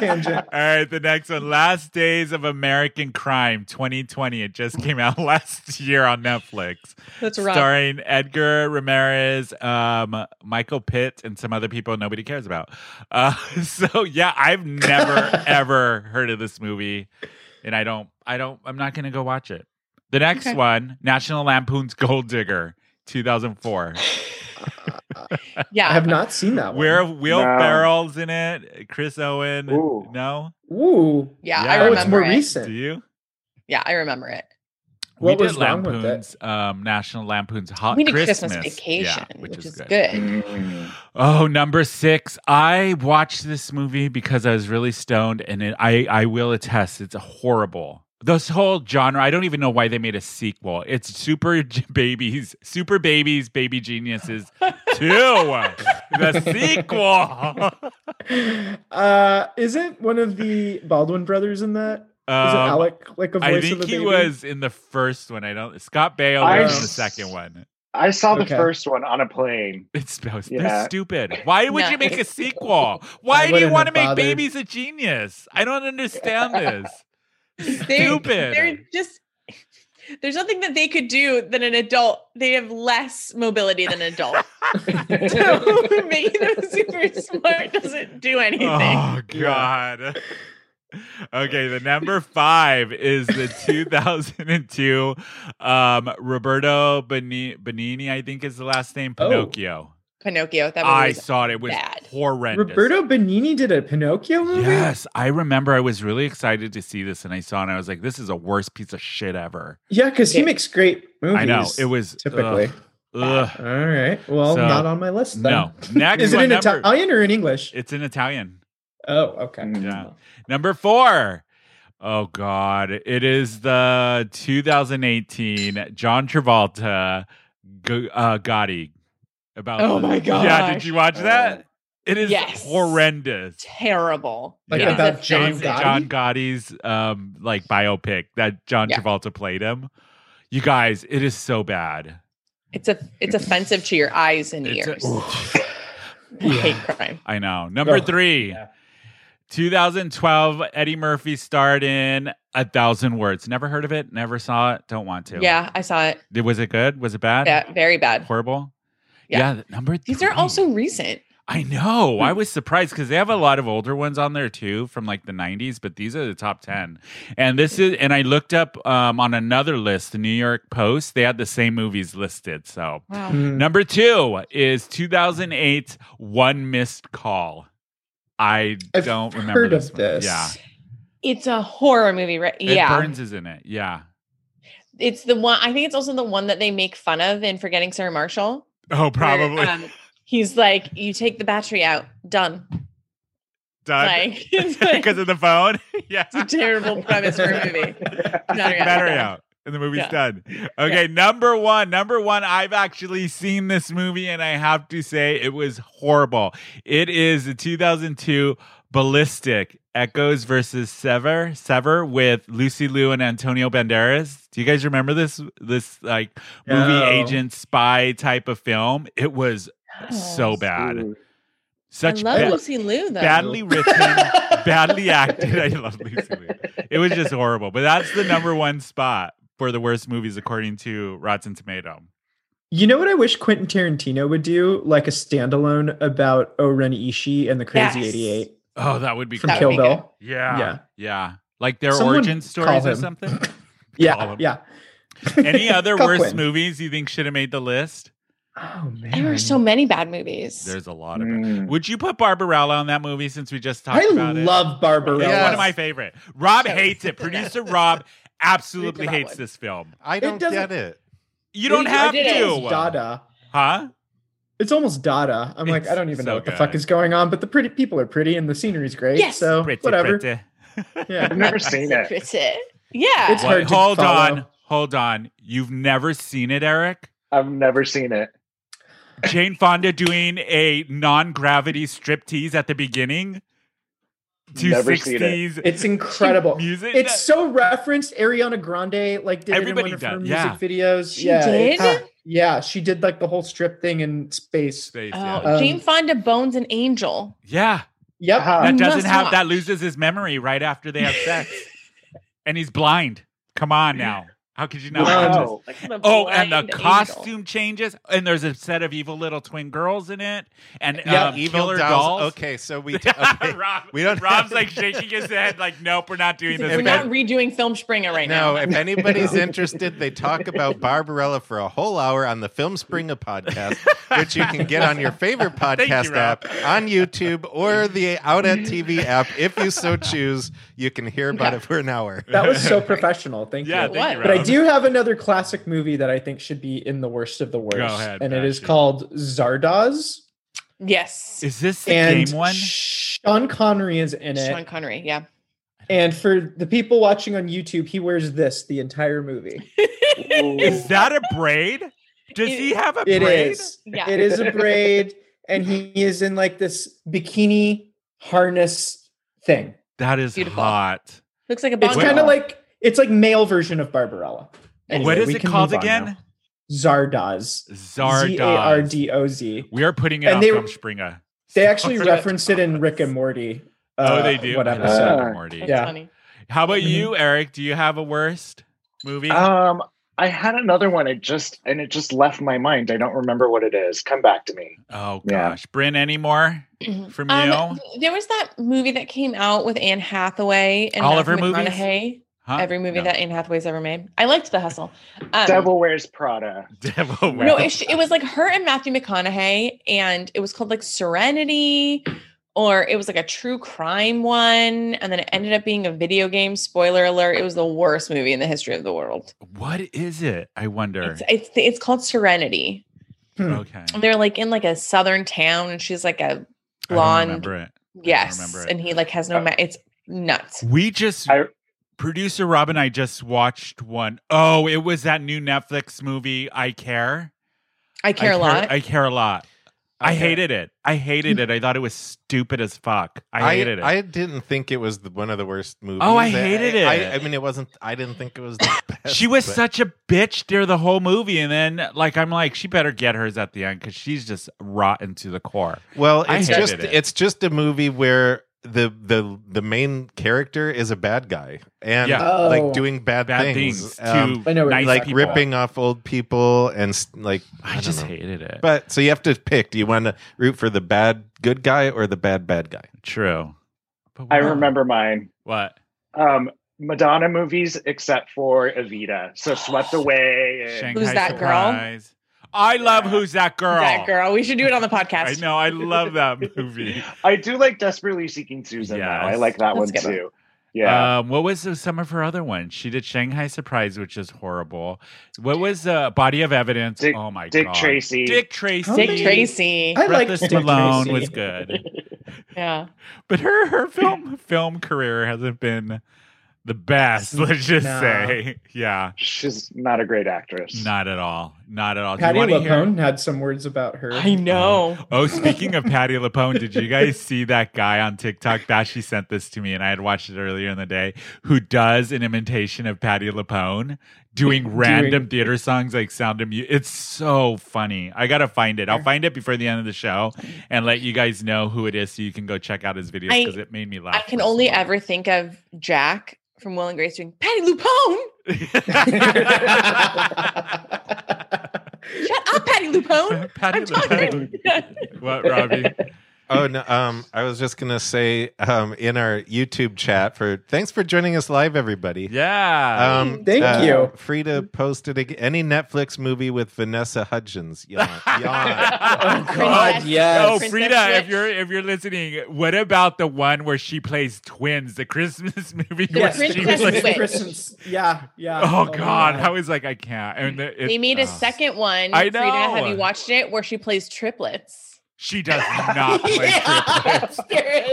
B: Tangent.
A: All right, the next one. Last Days of American Crime 2020. It just came out last year on Netflix.
C: That's rough.
A: Starring Edgar Ramirez, um, Michael Pitt, and some other people nobody cares about. Uh, so yeah, I've never ever heard of this movie, and I don't, I don't, I'm not gonna go watch it. The next
C: Okay.
A: one, National Lampoon's Gold Digger, 2004.
B: I
C: Yeah.
B: have not seen that one.
A: Where Will
E: No.
A: Ferrell's in it, Chris Owen.
E: Ooh.
A: No,
B: Ooh.
C: Yeah,
A: Yeah.
C: I
A: Oh,
B: Oh, it's
C: remember
B: more
C: it.
A: do
B: recent.
A: you?
C: Yeah, I remember it.
A: We
B: What
A: did
B: was wrong with it?
A: Lampoon's um, National Lampoon's Hot
C: we did
A: Uh, Christmas,
C: Christmas, Vacation,
A: yeah,
C: which, is, good.
E: Mm.
A: Oh, number six. I watched this movie because I was really stoned, and it, I I will attest it's horrible. This whole genre, I don't even know why they made a sequel. It's super J- babies, super babies, baby geniuses two, the sequel.
B: Uh, isn't one of the Baldwin brothers in that? Is it
A: Um,
B: Alec like a voice
A: I
B: of
A: think
B: the
A: he
B: baby?
A: was in the first one. I don't. Scott Baio
E: I
A: was in the
E: s-
A: second one.
E: I saw the
B: Okay.
E: first one on a plane.
A: It's so they're
E: Yeah.
A: stupid. Why would you
C: No.
A: make a sequel? Why do you
B: wouldn't
A: want to make
B: have bothered.
A: babies a genius? I don't understand this.
C: They-
A: Stupid.
C: They're just there's nothing that they could do than an adult. They have less mobility than an adult. so making them super smart doesn't do anything.
A: Oh God. Okay, the number five is the 2002 um, Roberto Benini, Benini, I think is the last name,
B: Oh.
A: Pinocchio.
C: Pinocchio. That
A: I
C: was
A: saw it. It was
C: bad.
A: horrendous.
B: Roberto Benini did a Pinocchio movie?
A: Yes, I remember I was really excited to see this and I saw it and I was like, this is the worst piece of shit ever.
B: Yeah, because he
C: Yeah.
B: makes great movies.
A: I know. It was
B: typically.
A: Ugh, ugh.
B: All right. Well,
A: So,
B: not on my list. Then.
A: No. Next
B: Is it
A: one,
B: in
A: number-
B: Italian or in English?
A: It's in Italian.
B: Oh, okay.
C: Mm.
A: Yeah. Number four. Oh God. It is the 2018 John Travolta G- uh, Gotti. About
C: Oh, my
A: Yeah, did
C: gosh.
A: you watch that? It is
C: Yes.
A: horrendous.
C: terrible.
B: Like
A: Yeah.
B: about John
A: It's
B: Gotti.
A: John Gotti's um like biopic that John
C: Yeah.
A: Travolta played him. You guys, it is so bad.
C: It's a it's offensive to your eyes and
A: It's a-
C: ears. I hate crime.
A: I know. Number
B: Oh,
A: three,
B: yeah.
A: 2012, Eddie Murphy starred in A Thousand Words. Never heard of it, never saw it, don't want to.
C: Yeah, I saw it.
A: Did- Was it good? Was it bad?
C: Yeah, very bad.
A: Horrible?
C: Yeah.
A: Yeah. th- number
C: These are
A: three.
C: also Hmm. recent.
A: I know. I was surprised because they have a lot of older ones on there too from like the 90s, but these are the top 10. And this is, and I looked up um, on another list, the New York Post, they had the same movies listed. So
C: Wow.
B: Hmm.
A: Number two is 2008 One Missed Call. I
B: I've
A: don't remember
B: heard
A: this
B: of
A: one.
B: this.
A: Yeah,
C: It's a horror movie, right?
A: Ed
C: yeah.
A: Burns is in it. Yeah.
C: It's the one I think it's also the one that they make fun of in Forgetting Sarah Marshall.
A: Oh,
C: where,
A: probably.
C: um, he's like, you take the battery out, done.
A: Done.
C: Like, it's like
A: Because of the phone. yeah.
C: it's a terrible premise for a movie. Battery
A: Take the battery out. And the movie's
C: Yeah.
A: done. Okay, number one. Number one, I've actually seen this movie and I have to say it was horrible. It is the 2002 Ballistic Echoes versus Sever Sever with Lucy Liu and Antonio Banderas. Do you guys remember this this like movie
B: No.
A: agent spy type of film? It was so
C: Yes.
A: bad.
E: Ooh.
A: Such
C: I Oh, love
A: ba-
C: Lucy Liu though.
A: badly written, badly acted. I love Lucy Liu. It was just horrible. But that's the number one spot for the worst movies according to Rotten Tomato.
B: You know what I wish Quentin Tarantino would do, like a standalone about Oren Ishii and the Crazy
C: Yes.
B: Eighty Eight
A: Oh, that would be
B: from
C: That
A: cool.
B: Kill
C: would be good.
B: Bill.
A: Yeah. Yeah.
B: Yeah.
A: Like their
B: Someone
A: origin
B: call
A: stories or
B: him.
A: something. Call
B: Yeah,
A: him.
B: yeah.
A: Any other
B: Call
A: worst
B: Quentin.
A: movies you think should have made the list?
B: Oh man,
C: There are so many bad movies.
A: Mm. There's a lot of it.
E: Mm.
A: Would you put Barbarella on that movie since we just talked
B: I
A: about it?
B: love Barbarella.
A: It's one
D: Yes.
A: of my favorite. Rob
C: Sure.
A: hates it. Producer Rob absolutely
C: Producer Rob
A: hates
C: would.
A: this film.
D: I don't
B: doesn't-
D: get it.
A: You don't
C: It-
A: have
C: it is
A: to.
B: It's Dada.
A: Huh?
B: It's almost Dada. I'm like,
A: It's
B: I don't even
A: so
B: know what
A: good.
B: the fuck is going on, but the pretty people are pretty and the scenery's great.
C: Yes.
B: so
A: Pretty,
B: whatever.
A: pretty.
E: I've
B: Yeah,
E: never seen it.
C: Pretty. Yeah.
B: It's
A: Wait,
B: hard to
A: hold on,
B: follow.
A: hold on. You've never seen it, Eric?
E: I've never seen it.
A: Jane Fonda doing a non-gravity striptease at the beginning. Two
E: Never seen it.
A: sixties
B: it's incredible.
A: music.
B: It's so referenced. Ariana Grande like did
A: Everybody
B: it in one of
A: did,
B: her
A: yeah.
B: music videos.
C: She
B: yeah,
C: did?
B: it's- yeah, she did like the whole strip thing in space.
A: Space,
C: Oh,
A: yeah.
B: Um,
C: Jane Fonda bones an angel.
A: yeah,
B: Yep.
E: Uh-huh.
A: that
C: you
A: doesn't
C: must
A: have that
C: watch.
A: loses his memory right after they have sex, and he's blind. Come on now, how could you not?
B: Wow.
A: watch this?
E: Wow.
A: Oh, and
C: blind
A: the
C: angel.
A: costume changes, and there's a set of evil little twin girls in it, and
B: Yeah,
A: um,
D: evil
A: killer
D: dolls.
A: dolls.
D: Okay, so we t- okay.
A: Rob,
D: We don't
A: Rob's
D: have-
A: like shaking his head, like, nope, we're not doing
C: He's
A: this.
C: like, We're
D: If
C: not
D: I-
C: redoing Film Springer right
D: no,
C: now.
D: if anybody's interested, they talk about Barbarella for a whole hour on the Film Springer podcast, which you can get on your favorite
A: you,
D: podcast
A: Rob.
D: app, on YouTube, or the Out at TV app. If you so choose, you can hear about it for an hour.
B: That was so professional. Thank
A: yeah,
B: you.
A: thank you,
C: What?
A: Rob.
B: But I do have another classic movie that I think should be in the worst of the worst.
A: ahead,
B: and it
A: Patrick.
B: is called Zardoz.
C: Yes.
A: Is this the
B: And
A: game one?
B: Sean Connery is in it.
C: Sean Connery. Yeah.
B: And for the people watching on YouTube, he wears this the entire movie.
A: Is that a braid? Does
C: It-
A: he have a
B: It
A: braid?
B: is.
C: Yeah.
B: It is a braid, and he is in like this bikini harness thing.
A: That is
C: Beautiful.
A: hot.
C: Looks like a
B: It's
C: bong.
B: kind
C: bong.
B: of like it's like male version of Barbarella. Anyway,
A: what is
B: we
A: it
B: can
A: called
B: move on
A: again?
B: now. Zardoz. Z a r
A: Zardoz.
B: d o z.
A: We are putting it
B: And
A: on
B: they-
A: from Springer.
B: They actually
A: Zardoz.
B: referenced it in Rick and Morty.
A: Oh,
B: uh,
A: they do.
B: One
A: I love
B: episode.
A: Rick and
E: Uh,
A: Morty.
C: That's
B: Yeah. Mm-hmm.
C: funny.
A: How about you, Eric? Do you have a worst movie?
B: Uh,
E: Um, I had another one. I just and it just left my mind. I don't remember what it is. Come back to me.
A: oh
E: yeah.
A: gosh, Bryn, any more from you?
C: Um, there was that movie that came out with Anne Hathaway and
A: All of
C: Matthew
A: her movies?
C: McConaughey.
A: Huh?
C: Every movie
A: No.
C: that Anne Hathaway's ever made. I liked The Hustle. Um,
E: Devil Wears Prada.
A: Devil Wears-
C: No, it, sh- it was like her and Matthew McConaughey, and it was called like Serenity, or it was like a true crime one, and then it ended up being a video game. Spoiler alert! It was the worst movie in the history of the world.
A: What is it? I wonder.
C: It's it's, it's called Serenity.
B: Hmm.
A: okay.
C: And they're like in like a southern town, and she's like a
A: I don't
C: blonde.
A: remember it.
C: yes,
A: remember it. Uh,
C: and he like has no. Ma- it's nuts.
A: We just
E: I-
A: producer Rob and I just watched one. Oh, it was that new Netflix movie. I care.
C: I care a lot.
A: I care a lot. I
D: Okay.
A: hated it. I hated it. I thought it was stupid as fuck. I hated it.
D: I didn't think it was the, one of the worst movies.
A: Oh, I hated
D: I,
A: it.
D: I, I mean, it wasn't. I didn't think it was the best.
A: she was
D: but-
A: such a bitch during the whole movie, and then like I'm like, she better get hers at the end because she's just rotten to the core.
D: Well,
A: I
D: it's
A: hated
D: just
A: it.
D: it's just a movie where the the the main character is a bad guy and
A: Yeah.
B: Oh.
D: like doing bad,
A: Bad
D: things,
A: things
D: um,
A: to
B: I know what
A: nice
B: you're
D: like
A: people.
D: ripping off old people and s- like
A: I,
D: don't
A: just
D: know.
A: hated it.
D: But so you have to pick: do you want to root for the bad good guy or the bad bad guy?
A: True. But
E: I
A: wow.
E: remember mine.
A: what
E: Um, Madonna movies except for Evita. So Swept Away. and-
A: Shanghai
C: Who's that girl?
A: Surprise. I love Who's That Girl.
C: That girl. We should do it on the
A: I
C: podcast.
A: know. I love that movie.
E: I do like Desperately Seeking Susan. Though. I
A: Yes.
E: like that
C: That's
E: one
C: a good one.
E: too. Yeah.
A: Um, what was the- some of her other ones? She did Shanghai Surprise, which is horrible. What was uh, Body of Evidence?
E: Dick-
A: oh my
E: Dick
A: god,
E: Tracy.
A: Dick Tracy,
C: Dick Tracy.
B: I like
A: Breathless
B: Dick
A: Stallone
B: Tracy.
A: was good,
C: Yeah.
A: but her her film film career hasn't been the best. Let's just
B: No.
A: say, yeah,
E: She's not a great actress.
A: not at all, not at all. Do you
B: Patty
A: wanna hear-
B: LaPone had some words about her.
C: I know.
A: Oh, speaking of Patty LaPone, did you guys see that guy on TikTok? Bashi sent this to me, and I had watched it earlier in the day. Who does an imitation of Patty LaPone doing random theater songs like Sound of Music? It's so funny. I gotta find it. I'll find it before the end of the show and let you guys know who it is, so you can go check out his videos
C: I-
A: because it made me laugh.
C: I can
A: for so
C: only
A: long.
C: ever think of Jack from Will and Grace doing Patty Lupone. Shut up, Patty Lupone. Oh,
A: Patty
C: I'm talking.
A: What, Robbie?
D: Oh no! Um, I was just gonna say um, in our YouTube chat for thanks for joining us live, everybody.
A: Yeah.
D: Um,
B: Thank you.
D: Frida posted ag- any Netflix movie with Vanessa Hudgens. Yawn. Yawn.
A: oh
B: God, yes.
A: Oh,
C: Princess
A: Frida, if
C: Switch.
A: you're if you're listening, what about the one where she plays twins, the Christmas movie
C: The
A: where she
C: Princess
A: was like,
C: Switch.
B: Christmas. Yeah, yeah.
A: Oh
B: my
A: God, I was like, I can't. And the, it-
C: They made
A: oh.
C: a second one.
A: I
C: Frida, have
A: know.
C: you watched it? Where she plays triplets.
A: She does not play triplets.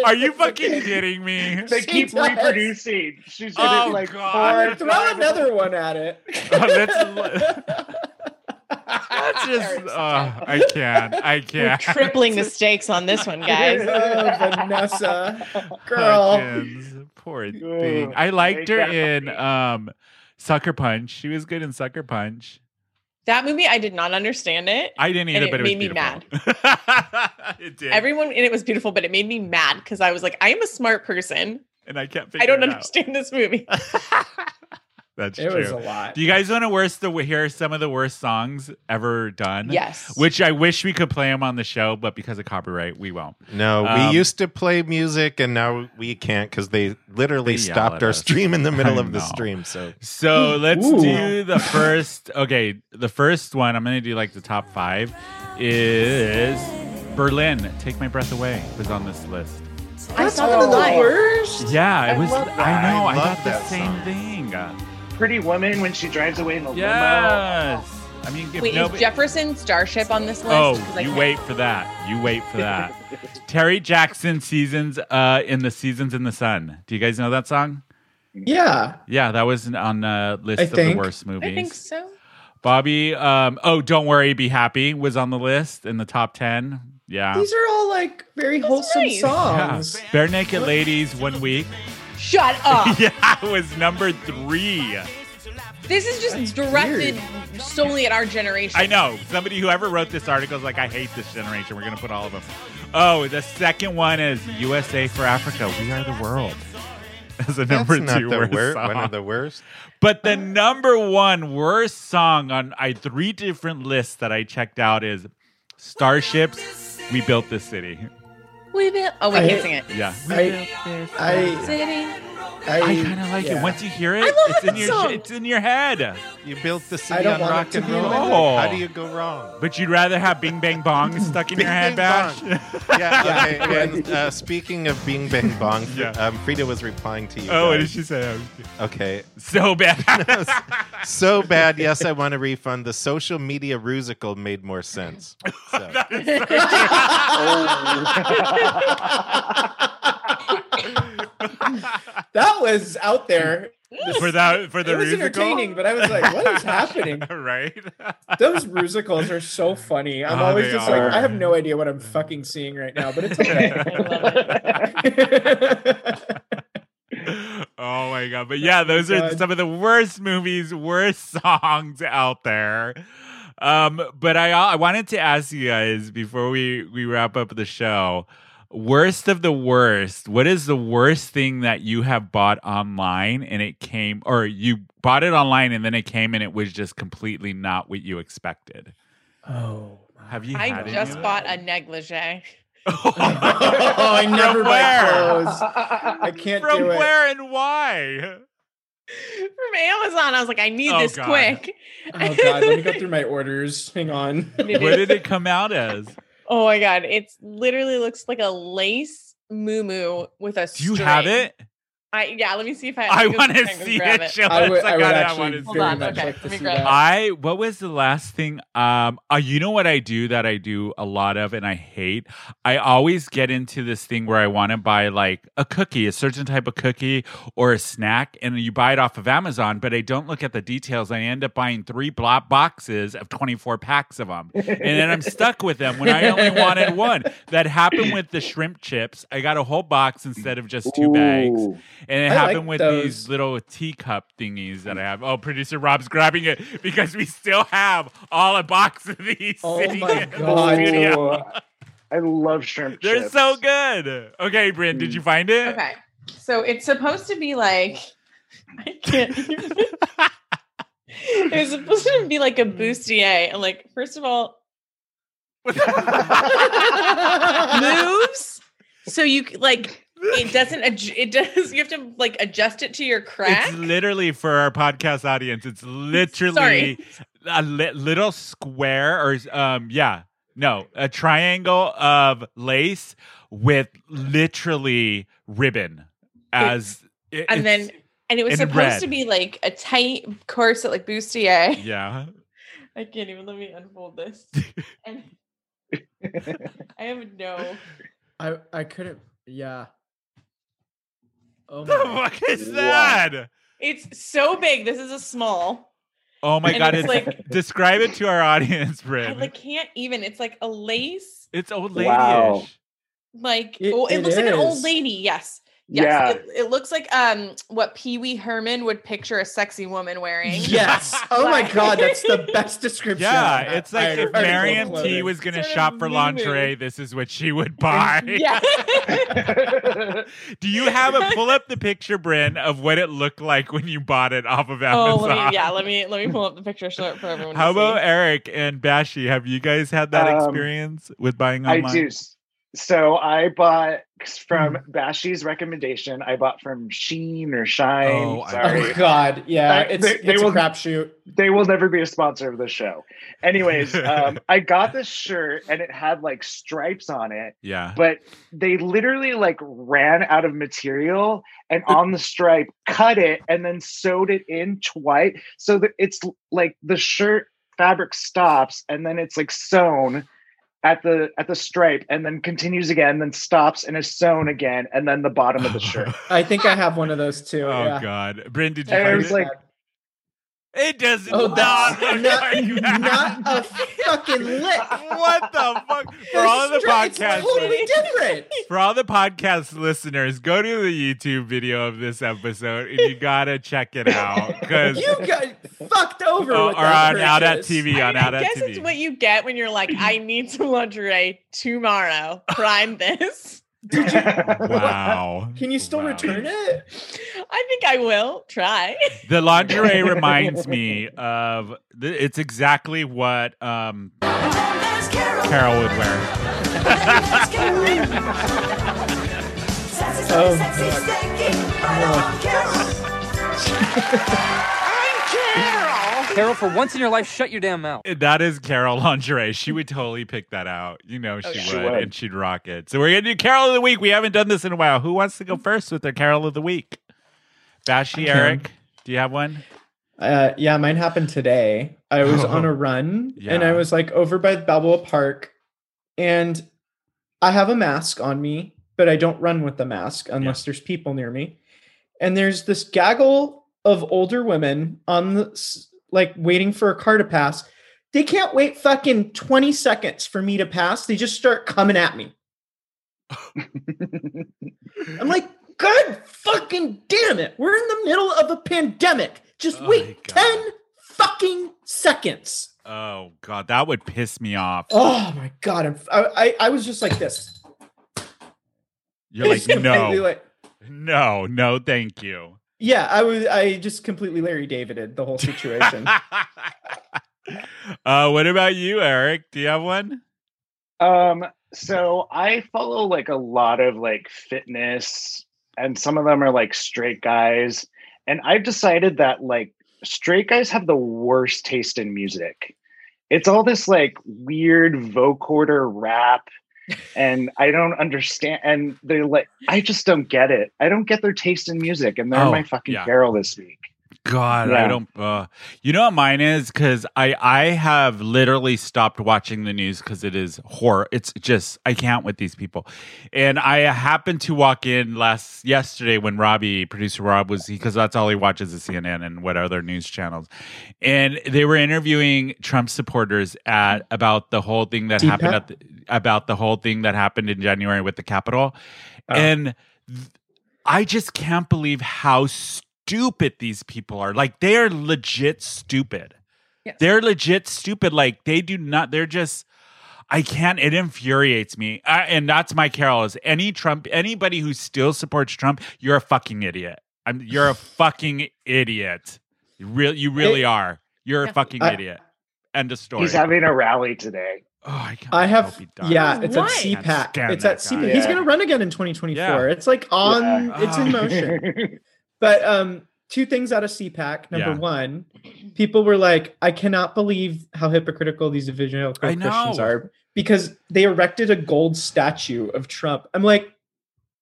A: Are you fucking kidding me?
E: They
B: She
E: keep
B: does.
E: reproducing. She's in
A: Oh,
E: it like
A: God.
E: four.
B: Or throw another one at it.
A: Oh, let's- That's just uh, I can't. I
C: We're
A: can't.
C: tripling the stakes on this one, guys.
B: Oh, Vanessa, girl.
A: Hudgens, Poor
E: Ugh,
A: thing. I liked
E: make
A: her
E: that
A: in
E: movie.
A: um Sucker Punch. She was good in Sucker Punch.
C: That movie, I did not understand it.
A: I didn't
C: And
A: either,
C: it
A: but it
C: made me
A: was beautiful. it did.
C: Everyone in it was beautiful, but it made me mad because I was like, I am a smart person.
A: and I can't figure
C: I don't
A: it out.
C: understand this movie.
A: That's
B: It
A: true.
B: was a lot.
A: Do you guys want to worst the hear some of the worst songs ever done?
C: Yes.
A: Which I wish we could play them on the show, but because of copyright, we won't.
D: No, we
A: Um,
D: used to play music and now we can't because they literally
A: They yell
D: stopped
A: at
D: our
A: us.
D: stream in the middle
A: I
D: of the
A: know.
D: stream. So
A: So let's
B: Ooh.
A: do the first. Okay, the first one I'm gonna do like the top five is Berlin. Take my breath away was on this list.
C: I
B: That's
C: saw
B: one of
C: them
B: the
C: live.
B: worst.
A: Yeah, it
E: I
A: was.
E: love that.
A: I know. I,
D: I love
A: thought the
D: that
A: same
D: song.
A: thing.
E: Pretty woman when she drives away in the
A: Yes. I mean, if
C: Wait,
A: nobody-
C: is Jefferson Starship on this list?
A: Oh,
C: 'Cause I
A: you
C: can't-
A: wait for that. You wait for that. Terry Jackson seasons uh, in the seasons in the sun. Do you guys know that song?
B: Yeah.
A: Yeah, that was on the list
B: I
A: of
B: think.
A: the worst movies.
C: I think so.
A: Bobby, um, oh, don't worry, be happy was on the list in the top ten. Yeah.
B: These are all like very
C: That's
B: wholesome
C: nice.
A: yeah.
B: songs.
A: Bare Naked Ladies, one week.
C: Shut up.
A: Yeah, it was number three.
C: This is just directed solely at our generation.
A: I know. Somebody, whoever wrote this article, is like, I hate this generation. We're going to put all of them. Oh, the second one is USA for Africa. We are the world. As a
D: that's
A: number
D: not
A: two
D: the
A: worst
D: wor-
A: song.
D: one of the worst.
A: But the number one worst song on I three different lists that I checked out is Starships. We built this city.
C: We built. Oh, we
B: I-
C: can't sing it.
A: Yeah, We
B: I-
A: built this
B: I-
A: city.
C: City.
B: I,
A: I kind of like
B: yeah.
A: it. Once you hear it,
C: love
A: it's in
C: that
A: your
C: song.
A: it's in your head.
D: You built the
B: I
D: city on
B: don't want it
D: rock
B: to
D: and
B: be
D: roll.
B: my
A: life.
D: How do you go wrong?
A: But you'd rather have Bing Bang Bong stuck in your hand,
D: Bing
A: Bash?
D: Bang Bong. Yeah.
B: Yeah.
D: Okay. And uh, speaking of Bing Bang Bong,
A: Yeah.
D: um, Frida was replying to you.
A: Oh, what did
D: guys.
A: she say?
D: Okay.
A: So bad.
D: so bad. Yes, I want a refund. The social media rusical made more sense. So,
B: That was out there.
A: for that for the
B: it was
A: musical?
B: entertaining, but I was like, what is happening?
A: right?
B: Those musicals are so funny. I'm
A: Oh,
B: always
A: they
B: just
A: are.
B: like, I have no idea what I'm fucking seeing right now, but it's okay.
A: oh my god. But yeah, those are
B: God.
A: some of the worst movies, worst songs out there. Um, but I I wanted to ask you guys before we we wrap up the show, worst of the worst, what is the worst thing that you have bought online and it came or you bought it online and then it came and it was just completely not what you expected?
B: oh, my.
A: Have you had
C: I
A: any
C: just
A: of
C: bought a negligee.
A: that?
B: oh, I never
A: From
B: buy
A: where?
B: clothes. I can't
A: From
B: do it.
A: where and why?
C: From Amazon, I was like, I need
A: Oh,
C: this
A: God.
C: quick.
B: Oh god, let me go through my orders. Hang on.
C: It
A: What
C: is-
A: did it come out as?
C: Oh my god, it's literally looks like a lace moo with a.
A: Do you have
C: string.
A: it?
C: I yeah. Let me see if I.
A: I
C: let me go
A: want to
C: and go
A: see
C: grab
A: it. Show
B: I would,
A: us.
B: I
A: I
B: would
A: got it. I want
B: actually
A: to see
C: Hold
B: very
C: on,
A: it.
B: much
C: okay,
B: like to
C: let me
B: see
C: grab
B: that.
C: it.
A: I what was the last thing? Um, uh, you know what I do that I do a lot of and I hate. I always get into this thing where I want to buy like a cookie, a certain type of cookie or a snack, and you buy it off of Amazon, but I don't look at the details. I end up buying three block boxes of twenty four packs of them, and then I'm stuck with them when I only wanted one. That happened with the shrimp chips. I got a whole box instead of just two bags.
E: Ooh.
A: And it
B: I like
A: happened with these
B: those.
A: little teacup thingies that I have. Oh, producer Rob's grabbing it because we still have all a box of these.
B: Oh
A: sitting
B: my
A: in the
B: God.
A: studio.
E: Ooh. I love shrimp
A: They're
E: chips.
A: so good. Okay, Bryn,
B: Mm.
A: did you find it?
C: Okay. So it's supposed to be like I can't even. it was supposed to be like a
A: Mm.
C: bustier. And like, first of all, moves. So you c- like it doesn't adj- it does you have to like adjust it to your crack.
A: It's literally for our podcast audience. It's literally
C: Sorry.
A: a li- little square or um yeah, no, a triangle of lace with literally ribbon as it-
C: and
A: it's-
C: then and it was
A: and
C: supposed
A: red.
C: to be like a tight corset like bustier.
A: yeah.
C: I can't even let me unfold this. and I have no
B: I, I couldn't. Yeah. Oh
A: The
B: my.
A: fuck is
E: Wow.
A: that?
C: it's so big. This is a small.
A: Oh my
C: And
A: god! It's
C: it's
A: like describe it to our audience, Bryn.
C: I like can't even. It's like a lace,
A: it's old ladyish.
E: Wow.
C: like
B: It-
C: oh, it,
B: it
C: looks like an old
B: is.
C: lady. Yes, yes.
E: yeah.
C: It, it looks like um what Pee Wee Herman would picture a sexy woman wearing.
B: Yes. Oh my
C: Like-
B: God. That's the best description.
A: Yeah, it's
B: I-
A: like
B: I
A: if
B: already
A: Marion
B: love
A: T
B: it.
A: was gonna
C: Sort of
A: shop for
C: moo-moo.
A: lingerie, this is what she would buy.
C: Yeah.
A: Do you have a pull up the picture, Bryn, of what it looked like when you bought it off of
C: oh,
A: Amazon?
C: let me, yeah. Let me let me pull up the picture so for everyone. to
A: How about
C: see.
A: Eric and Bashy? Have you guys had that
E: Um,
A: experience with buying
E: I
B: Oh,
A: online?
E: do. So I bought from
B: Mm.
E: Bashy's recommendation. I bought from Sheen or Shine.
A: Oh, I-
E: Sorry,
B: Oh God. Yeah.
E: I-
B: It's,
E: they- they
B: it's a
E: will-
B: crapshoot.
E: they will never be a sponsor of the show. Anyways, um, I got this shirt and it had like stripes on it,
A: Yeah.
E: but they literally like ran out of material and on the stripe cut it and then sewed it in twice so that it's like the shirt fabric stops and then it's like sewn at the at the stripe and then continues again then stops and is sewn again and then the bottom of the shirt
B: I think I have one of those too.
A: Oh
B: yeah.
A: God, Bryn, did you?
E: And I
A: find
E: was
A: it?
E: like-
A: it does
B: Oh,
A: not
B: that's
A: look
B: not,
A: like that.
B: not a fucking lick.
A: what the fuck? For
B: They're
A: all of the
B: straight-
A: podcasts,
B: It's totally different.
A: For all the podcast listeners, go to the YouTube video of this episode and you gotta check it out because
B: You got fucked over.
A: or
B: with that
A: on Out at
B: purchase.
A: TV
C: I,
A: on
C: mean, I
A: Out at
C: guess it's
A: TV.
C: what you get when you're like, I need some lingerie tomorrow. Prime this.
A: wow.
B: Can you still
A: Wow.
B: return it?
C: I think I will try.
A: The lingerie reminds me of th- it's exactly what um Carol would wear.
B: Oh,
F: Carol, for once in your life, shut your damn mouth.
A: That is Carol lingerie. She would totally pick that out. You know she,
C: Oh, yeah.
A: would,
E: She would.
A: and she'd rock it. So we're gonna do Carol of the Week. We haven't done this in a while. Who wants
C: Mm-hmm.
A: to go first with their Carol of the Week? Bashy
B: can.
A: Eric, do you have one?
B: Uh, yeah, mine happened today. I was on a run and
A: Yeah.
B: I was like over by Balboa Park, and I have a mask on me, but I don't run with the mask unless there's people near me. And there's this gaggle of older women on the s- like waiting for a car to pass. They can't wait fucking 20 seconds for me to pass. They just start coming at me. I'm like, God fucking damn it. We're in the middle of a pandemic. Just
A: Oh my
B: wait
A: God.
B: 10 fucking seconds.
A: Oh god, that would piss me off.
B: Oh my God. I'm, I, I, I was just like this.
A: You're like,
B: Just completely
A: no,
B: like-
A: no, no, thank you.
B: yeah, I was, I just completely Larry Davided the whole situation.
A: uh, what about you, Eric? Do you have one?
E: Um, so I follow like a lot of like fitness, and some of them are like straight guys. And I've decided that like straight guys have the worst taste in music. It's all this like weird vocoder rap and I don't understand. And they're like, I just don't get it. I don't get their taste in music, and they're
A: Oh,
E: my fucking
A: yeah.
E: Carol this week.
A: God, I
E: Yeah.
A: don't. Uh, you know what mine is? Because I I have literally stopped watching the news because it is horror. It's just I can't with these people. And I happened to walk in last yesterday when Robbie, producer Rob, was because that's all he watches is CNN and what other news channels. And they were interviewing Trump supporters at about the whole thing that happened
B: Deepak?
A: at the, about the whole thing that happened in January with the Capitol,
B: Oh.
A: and. th- I just can't believe how stupid these people are. Like they are legit stupid.
C: Yes.
A: They're legit stupid. Like they do not. They're just. I can't. It infuriates me, I, and that's my carol. Is any Trump anybody who still supports Trump? You're a fucking idiot. I'm. You're a fucking idiot. You real. You really
B: It-
A: are. You're a
C: Yeah.
A: fucking
B: I-
A: idiot. End of story.
E: He's having a rally today.
A: oh, I, can't,
B: I have,
A: hope he dies.
B: yeah, it's at
C: Why?
A: Can't
B: CPAC.
A: stand
B: It's
A: that
B: at
A: guy.
B: CPAC. He's
E: Yeah.
B: going to run again in 2024.
A: Yeah.
B: It's like on,
A: Yeah.
B: it's in
A: Ah.
B: motion. But um, two things out of CPAC. Number
A: Yeah.
B: one, people were like, I cannot believe how hypocritical these evangelical
A: I
B: Christians
A: know.
B: are because they erected a gold statue of Trump. I'm like,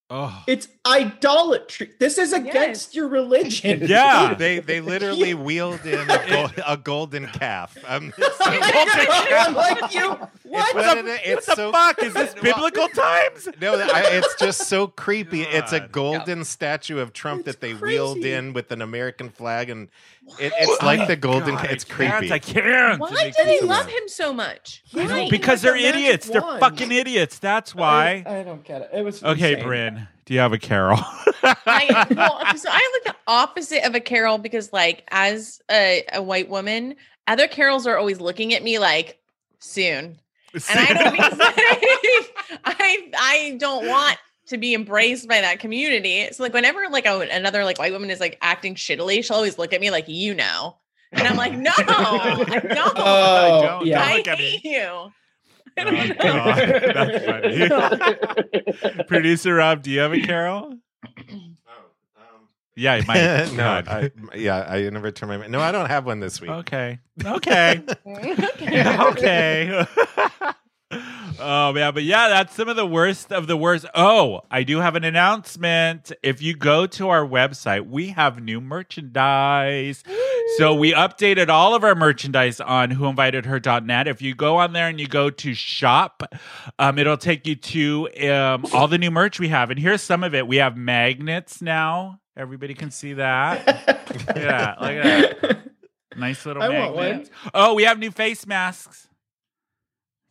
A: Oh.
B: it's idolatry. This is against
C: Yes.
B: your religion.
A: Yeah.
D: They they literally wheeled in a, gold, a golden calf. Um, it's,
B: I know. I'm like, you,
D: it's
B: what?
D: one of
A: the-
D: the-
A: What
D: it's
A: the
D: so-
A: fuck is this
D: Well-
A: biblical times?
D: No, I, it's just so creepy. It's a
A: God.
D: golden statue of Trump
B: It's
D: that they wheeled
B: crazy.
D: in with an American flag, and it, it's like the golden.
A: God,
D: ca- it's
A: I can't,
D: creepy.
A: I can't. It
C: Why
A: makes
C: do
A: me
C: they
A: so
C: love
A: mad.
C: him so much?
B: I don't
C: Why?
B: think
A: Because
B: He
A: they're
B: has a magic
A: idiots. They're
B: wand.
A: fucking idiots. That's why.
B: I, I don't get it. It was
A: okay,
B: insane.
A: Bryn, do you have a carol?
C: I, well, so I'm like the opposite of a Carol because, like, as a, a white woman, other Carols are always looking at me like soon, and I don't. I I don't want to be embraced by that community. So like, whenever like a, another like white woman is like acting shittily, she'll always look at me like you know, and I'm like, no, I don't.
A: I
B: Oh,
A: don't.
B: yeah.
C: I
A: look at me.
C: hate you. I
A: Oh,
C: don't
A: God.
C: know.
A: That's funny. Producer Rob, do you have a carol? Yeah, you might.
D: no,
A: God.
D: I, yeah, I never turn my. No, I don't have one this week.
A: okay. Okay.
C: okay.
A: okay. oh man, but yeah, that's some of the worst of the worst. Oh, I do have an announcement. If you go to our website, we have new merchandise. So we updated all of our merchandise on whoinvitedher.net. If you go on there and you go to shop, um, it'll take you to um, all the new merch we have. And here's some of it. We have magnets now. Everybody can see that. Yeah, look at that. Nice little
B: I want
A: magnet. Oh, we have new face masks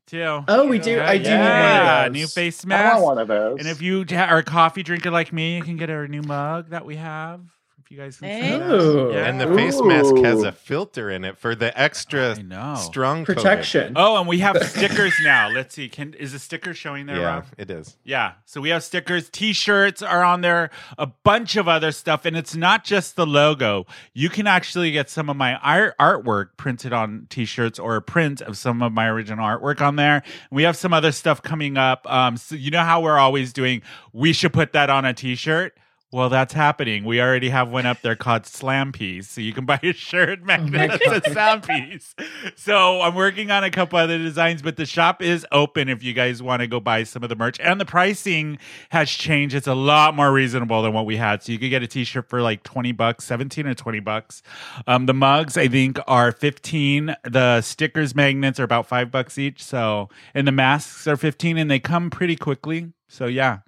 A: too.
B: Oh, we do. I do
A: Yeah,
B: need one of those.
A: new face
E: I want
A: mask.
E: one of those.
A: And if you ha- are a coffee drinker like me, you can get our new mug that we have. If you guys can see that.
B: Oh,
A: Yeah.
D: And the uh, face mask has a
E: Ooh.
D: filter in it for the extra
A: I know.
D: strong COVID.
B: protection.
A: Oh, and we have stickers now. Let's see. Can is the sticker showing there,
D: Yeah,
A: Rob?
D: it is.
A: Yeah. So we have stickers, t-shirts are on there, a bunch of other stuff, and it's not just the logo. You can actually get some of my art- artwork printed on t-shirts or a print of some of my original artwork on there. We have some other stuff coming up. Um, so you know how we're always doing. We should put that on a t-shirt. Well, that's happening. We already have one up there called Slam Piece. So you can buy a shirt magnet
B: God.
A: that's a sound piece. So I'm working on a couple other designs, but the shop is open if you guys want to go buy some of the merch. And the pricing has changed. It's a lot more reasonable than what we had. So you could get a t-shirt for like 20 bucks, 17 or 20 bucks. Um, the mugs, I think, are 15. The stickers magnets are about five bucks each. So and the masks are 15 and they come pretty quickly. So yeah.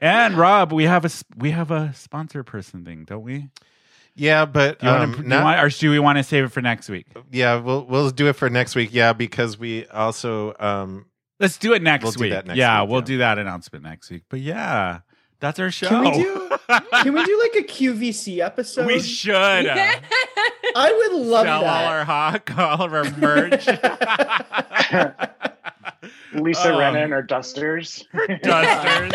A: And Rob, we have a s- we have a sponsor person thing, don't we?
D: Yeah, but
A: Do you
D: um,
A: want to, do you
D: not-
A: want, or do we want to save it for next week?
D: yeah, we'll we'll do it for next week. Yeah, because we also um
A: Let's do it next
D: We'll do
A: week.
D: that next
A: yeah,
D: week,
A: we'll
D: yeah.
A: do that announcement next week. But yeah, that's our show.
B: Can we do- Can we do like a QVC episode?
A: We should uh,
B: I would love
A: sell all
B: that.
A: our hawk, all of our merch.
E: Lisa
A: Um,
E: Rennan or Dusters.
A: Dusters.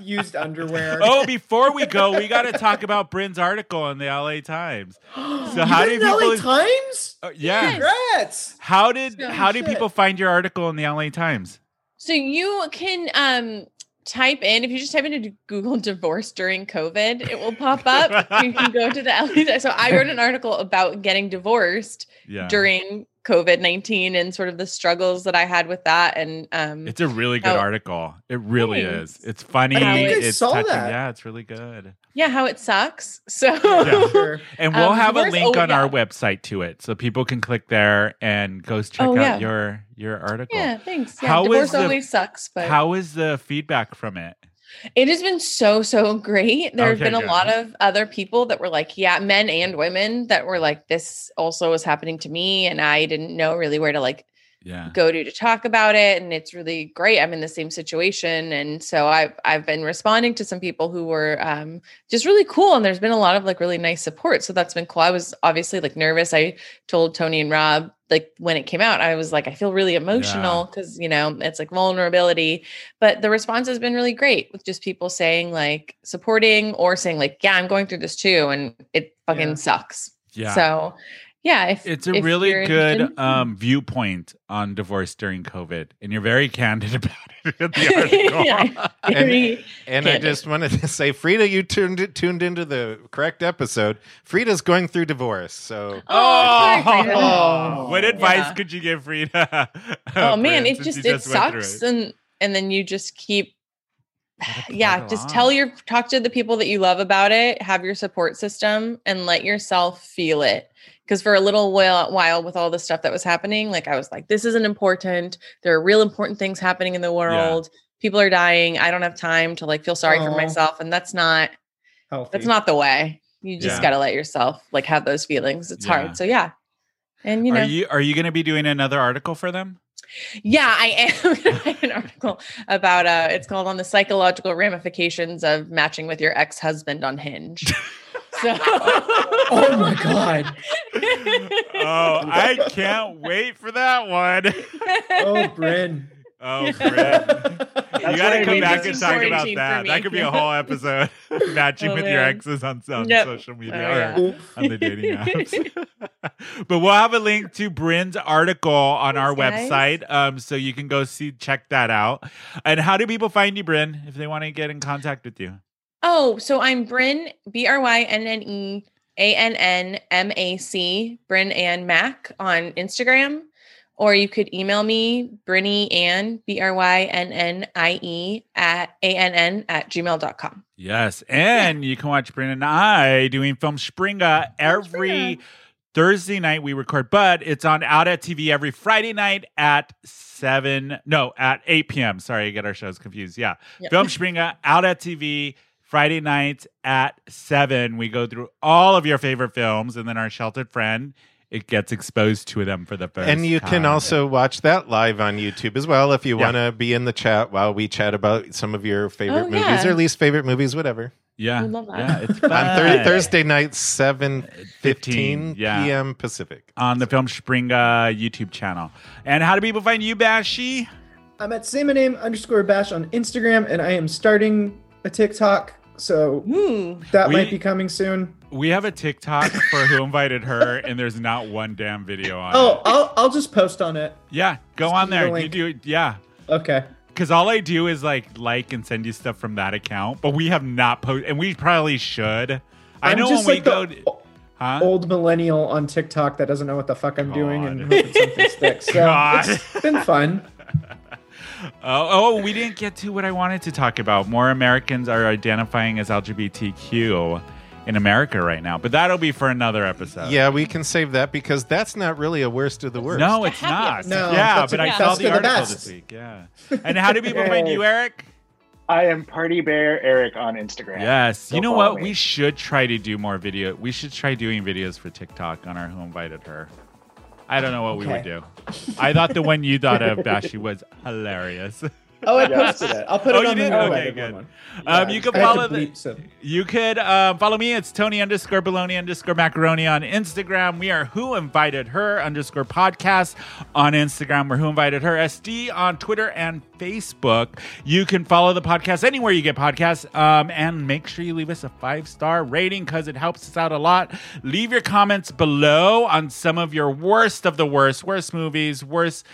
B: Used underwear.
A: Oh, before we go, we got to talk about Bryn's article in the LA Times.
B: You
A: how
B: did
A: do
B: it in LA
A: people-
B: Times?
A: Uh, yeah.
B: Congrats.
A: How did
B: Yeah,
A: how do
B: shit.
A: people find your article in the LA Times?
C: So you can um type in if you just type into Google divorce during COVID, it will pop E up. you can go to the LA. So I wrote an article about getting divorced
A: Yeah.
C: during COVID 19 and sort of the struggles that I had with that. And um,
A: It's a really good
C: Oh.
A: article. It really
C: Thanks.
A: is. It's funny.
C: I think I
A: it's
B: saw
A: touching.
B: that.
A: Yeah, it's really good.
C: yeah, how it sucks. So,
A: Yeah.
B: Sure.
A: And we'll
C: Um,
A: have a
C: where's-
A: link
C: oh,
A: on
C: yeah.
A: our website to it, so people can click there and go check
C: Oh,
A: out
C: yeah.
A: your your article.
C: yeah, thanks. Yeah,
A: How is
C: divorce
A: the-
C: always sucks, but
A: How is the feedback from it?
C: It has been so, so great. There have
A: Okay,
C: been a
A: good.
C: lot of other people that were like, yeah, men and women that were like, this also was happening to me. And I didn't know really where to like
A: Yeah.
C: go to to talk about it. And it's really great. I'm in the same situation. And so I've, I've been responding to some people who were um, just really cool. And there's been a lot of like really nice support. So that's been cool. I was obviously like nervous. I told Tony and Rob, like when it came out, I was like, I feel really emotional because, you know, it's like vulnerability but the response has been really great with just people saying like supporting or saying like yeah i'm going through this too and it fucking
B: Yeah.
C: sucks
A: Yeah.
C: so yeah if,
A: it's a
C: if
A: really
C: you're
A: good
C: interested-
A: um, viewpoint on divorce during COVID, and you're very candid about it in the article.
C: Yeah.
D: And- And I
C: Candy.
D: just wanted to say, Frida, you tuned tuned into the correct episode. Frida's going through divorce, so
C: Oh, sorry, Frida.
A: Oh, what advice
C: Yeah.
A: could you give uh, Frida?
C: oh man
A: Prince,
C: it
A: since
C: just
A: you
C: it
A: went through it?
C: sucks and and then you just keep
A: Gotta
C: yeah
A: plod
C: just
A: along.
C: tell your talk to the people that you love about it have your support system and let yourself feel it because for a little while, while with all the stuff that was happening like i was like this isn't important there are real important things happening in the world people are dying i don't have time to like feel sorry for
B: Aw.
C: myself and that's not
B: Healthy.
C: that's not the way you just
A: Yeah.
C: got to let yourself like have those feelings it's
A: Yeah.
C: hard so yeah and you know
A: Are you are you going to be doing another article for them?
C: yeah, I am going to write an article about uh it's called on the psychological ramifications of matching with your ex-husband on Hinge. So
B: Oh my god.
A: oh, I can't wait for that one.
B: Oh, Bryn.
A: Oh, Fred.
B: Bryn.
A: you
E: That's
A: got to
E: why
A: come
E: we
A: back
E: need
A: and
E: to
A: talk
E: story
A: about
C: team for
A: that.
C: me.
A: That could be a whole episode matching
C: Oh,
A: with your
C: man.
A: exes on, on
C: Yep.
A: social media
C: Oh, yeah.
A: or on the dating apps. but we'll have a link to Bryn's article on our
C: Thanks, guys.
A: website, um, so you can go see check that out. And how do people find you, Bryn, if they want to get in contact with you?
C: Oh, so I'm Bryn B R Y N N E A N N M A C Bryn Ann Mac on Instagram, or you could email me Brynny Ann B R Y N N I E at A N N at gmail.com.
A: Yes, and you can watch Bryn and I doing Film Springa every Thursday night we record, but it's on out at TV every Friday night at seven, no, at eight p.m. Sorry, I get our shows confused. Yeah,
C: Yeah.
A: Film Springa out at TV Friday nights at seven. We go through all of your favorite films, and then our sheltered friend it gets exposed to them for the first.
D: and you can
A: time.
D: also watch that live on YouTube as well if you
A: Yeah.
D: want to be in the chat while we chat about some of your favorite
C: Oh,
D: movies
C: yeah.
D: or least favorite movies, whatever.
A: yeah,
C: We love that.
A: yeah, it's
D: On
A: fun.
D: Thur- Thursday night, seven fifteen
A: yeah.
D: p.m. Pacific.
A: on the Film Springa YouTube channel. And how do people find you, Bashi?
B: I'm at same name underscore bash on Instagram, and I am starting a TikTok, so
C: Ooh.
B: that
A: We-
B: might be coming soon.
A: We have a TikTok for who invited her, and there's not one damn video on.
B: Oh,
A: it.
B: I'll I'll just post on it.
A: yeah, go
B: Just
A: on
B: give me the
A: there. You
B: link.
A: do, yeah,
B: Okay.
A: because all I do is like like and send you stuff from that account, but we have not posted, and we probably should. I
B: I'm
A: know when
B: just
A: we
B: like
A: go,
B: the Oh.
A: to- huh?
B: old millennial on TikTok that doesn't know what the fuck I'm doing and
A: God.
B: hoping something sticks. So
A: God.
B: it's been fun.
A: Oh, oh, we didn't get to what I wanted to talk about. More Americans are identifying as LGBTQ in America right now, but that'll be for another episode.
D: Yeah, we can save that because that's not really a worst of the worst.
A: No,
C: It's
A: it's
C: the
A: not.
C: happiest.
B: No,
A: yeah,
B: that's
A: but
B: a-
A: I
C: yeah.
A: saw
B: Best
A: the
B: of the
A: article
B: best.
A: this week. Yeah. And how do people find you, Eric?
E: I am Party Bear Eric on Instagram.
A: Yes.
E: Go
A: you know
E: follow
A: what?
E: me.
A: We should try to do more video. We should try doing videos for TikTok on our Who Invited Her. I don't know what we would do. I thought the one you thought of, Bashi, was hilarious.
B: Oh, I
E: Yes.
B: posted it. I'll put
A: Oh,
B: it
A: you
B: on the
A: did?
B: new
A: Okay,
B: edit
A: good.
B: one.
A: Um,
B: Yeah,
A: you can
B: I had to
A: follow the.
B: bleep, so-
A: You could uh, follow me. It's Tony underscore baloney underscore macaroni on Instagram. We are Who Invited Her underscore podcast on Instagram. We're Who Invited Her SD on Twitter and Facebook. You can follow the podcast anywhere you get podcasts um, and make sure you leave us a five star rating because it helps us out a lot. Leave your comments below on some of your worst of the worst, worst movies, worst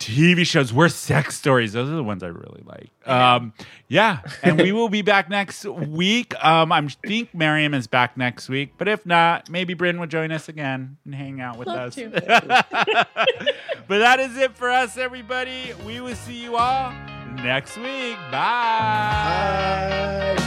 A: TV shows, worst sex stories. Those are the ones I really like. Um, yeah, and we will be back next week. Um, I think Miriam is back next week, but if not, maybe Bryn will join us again and hang out with
C: Love
A: us.
C: to.
A: but that is it for us, everybody. We will see you all next week. Bye.
B: Bye.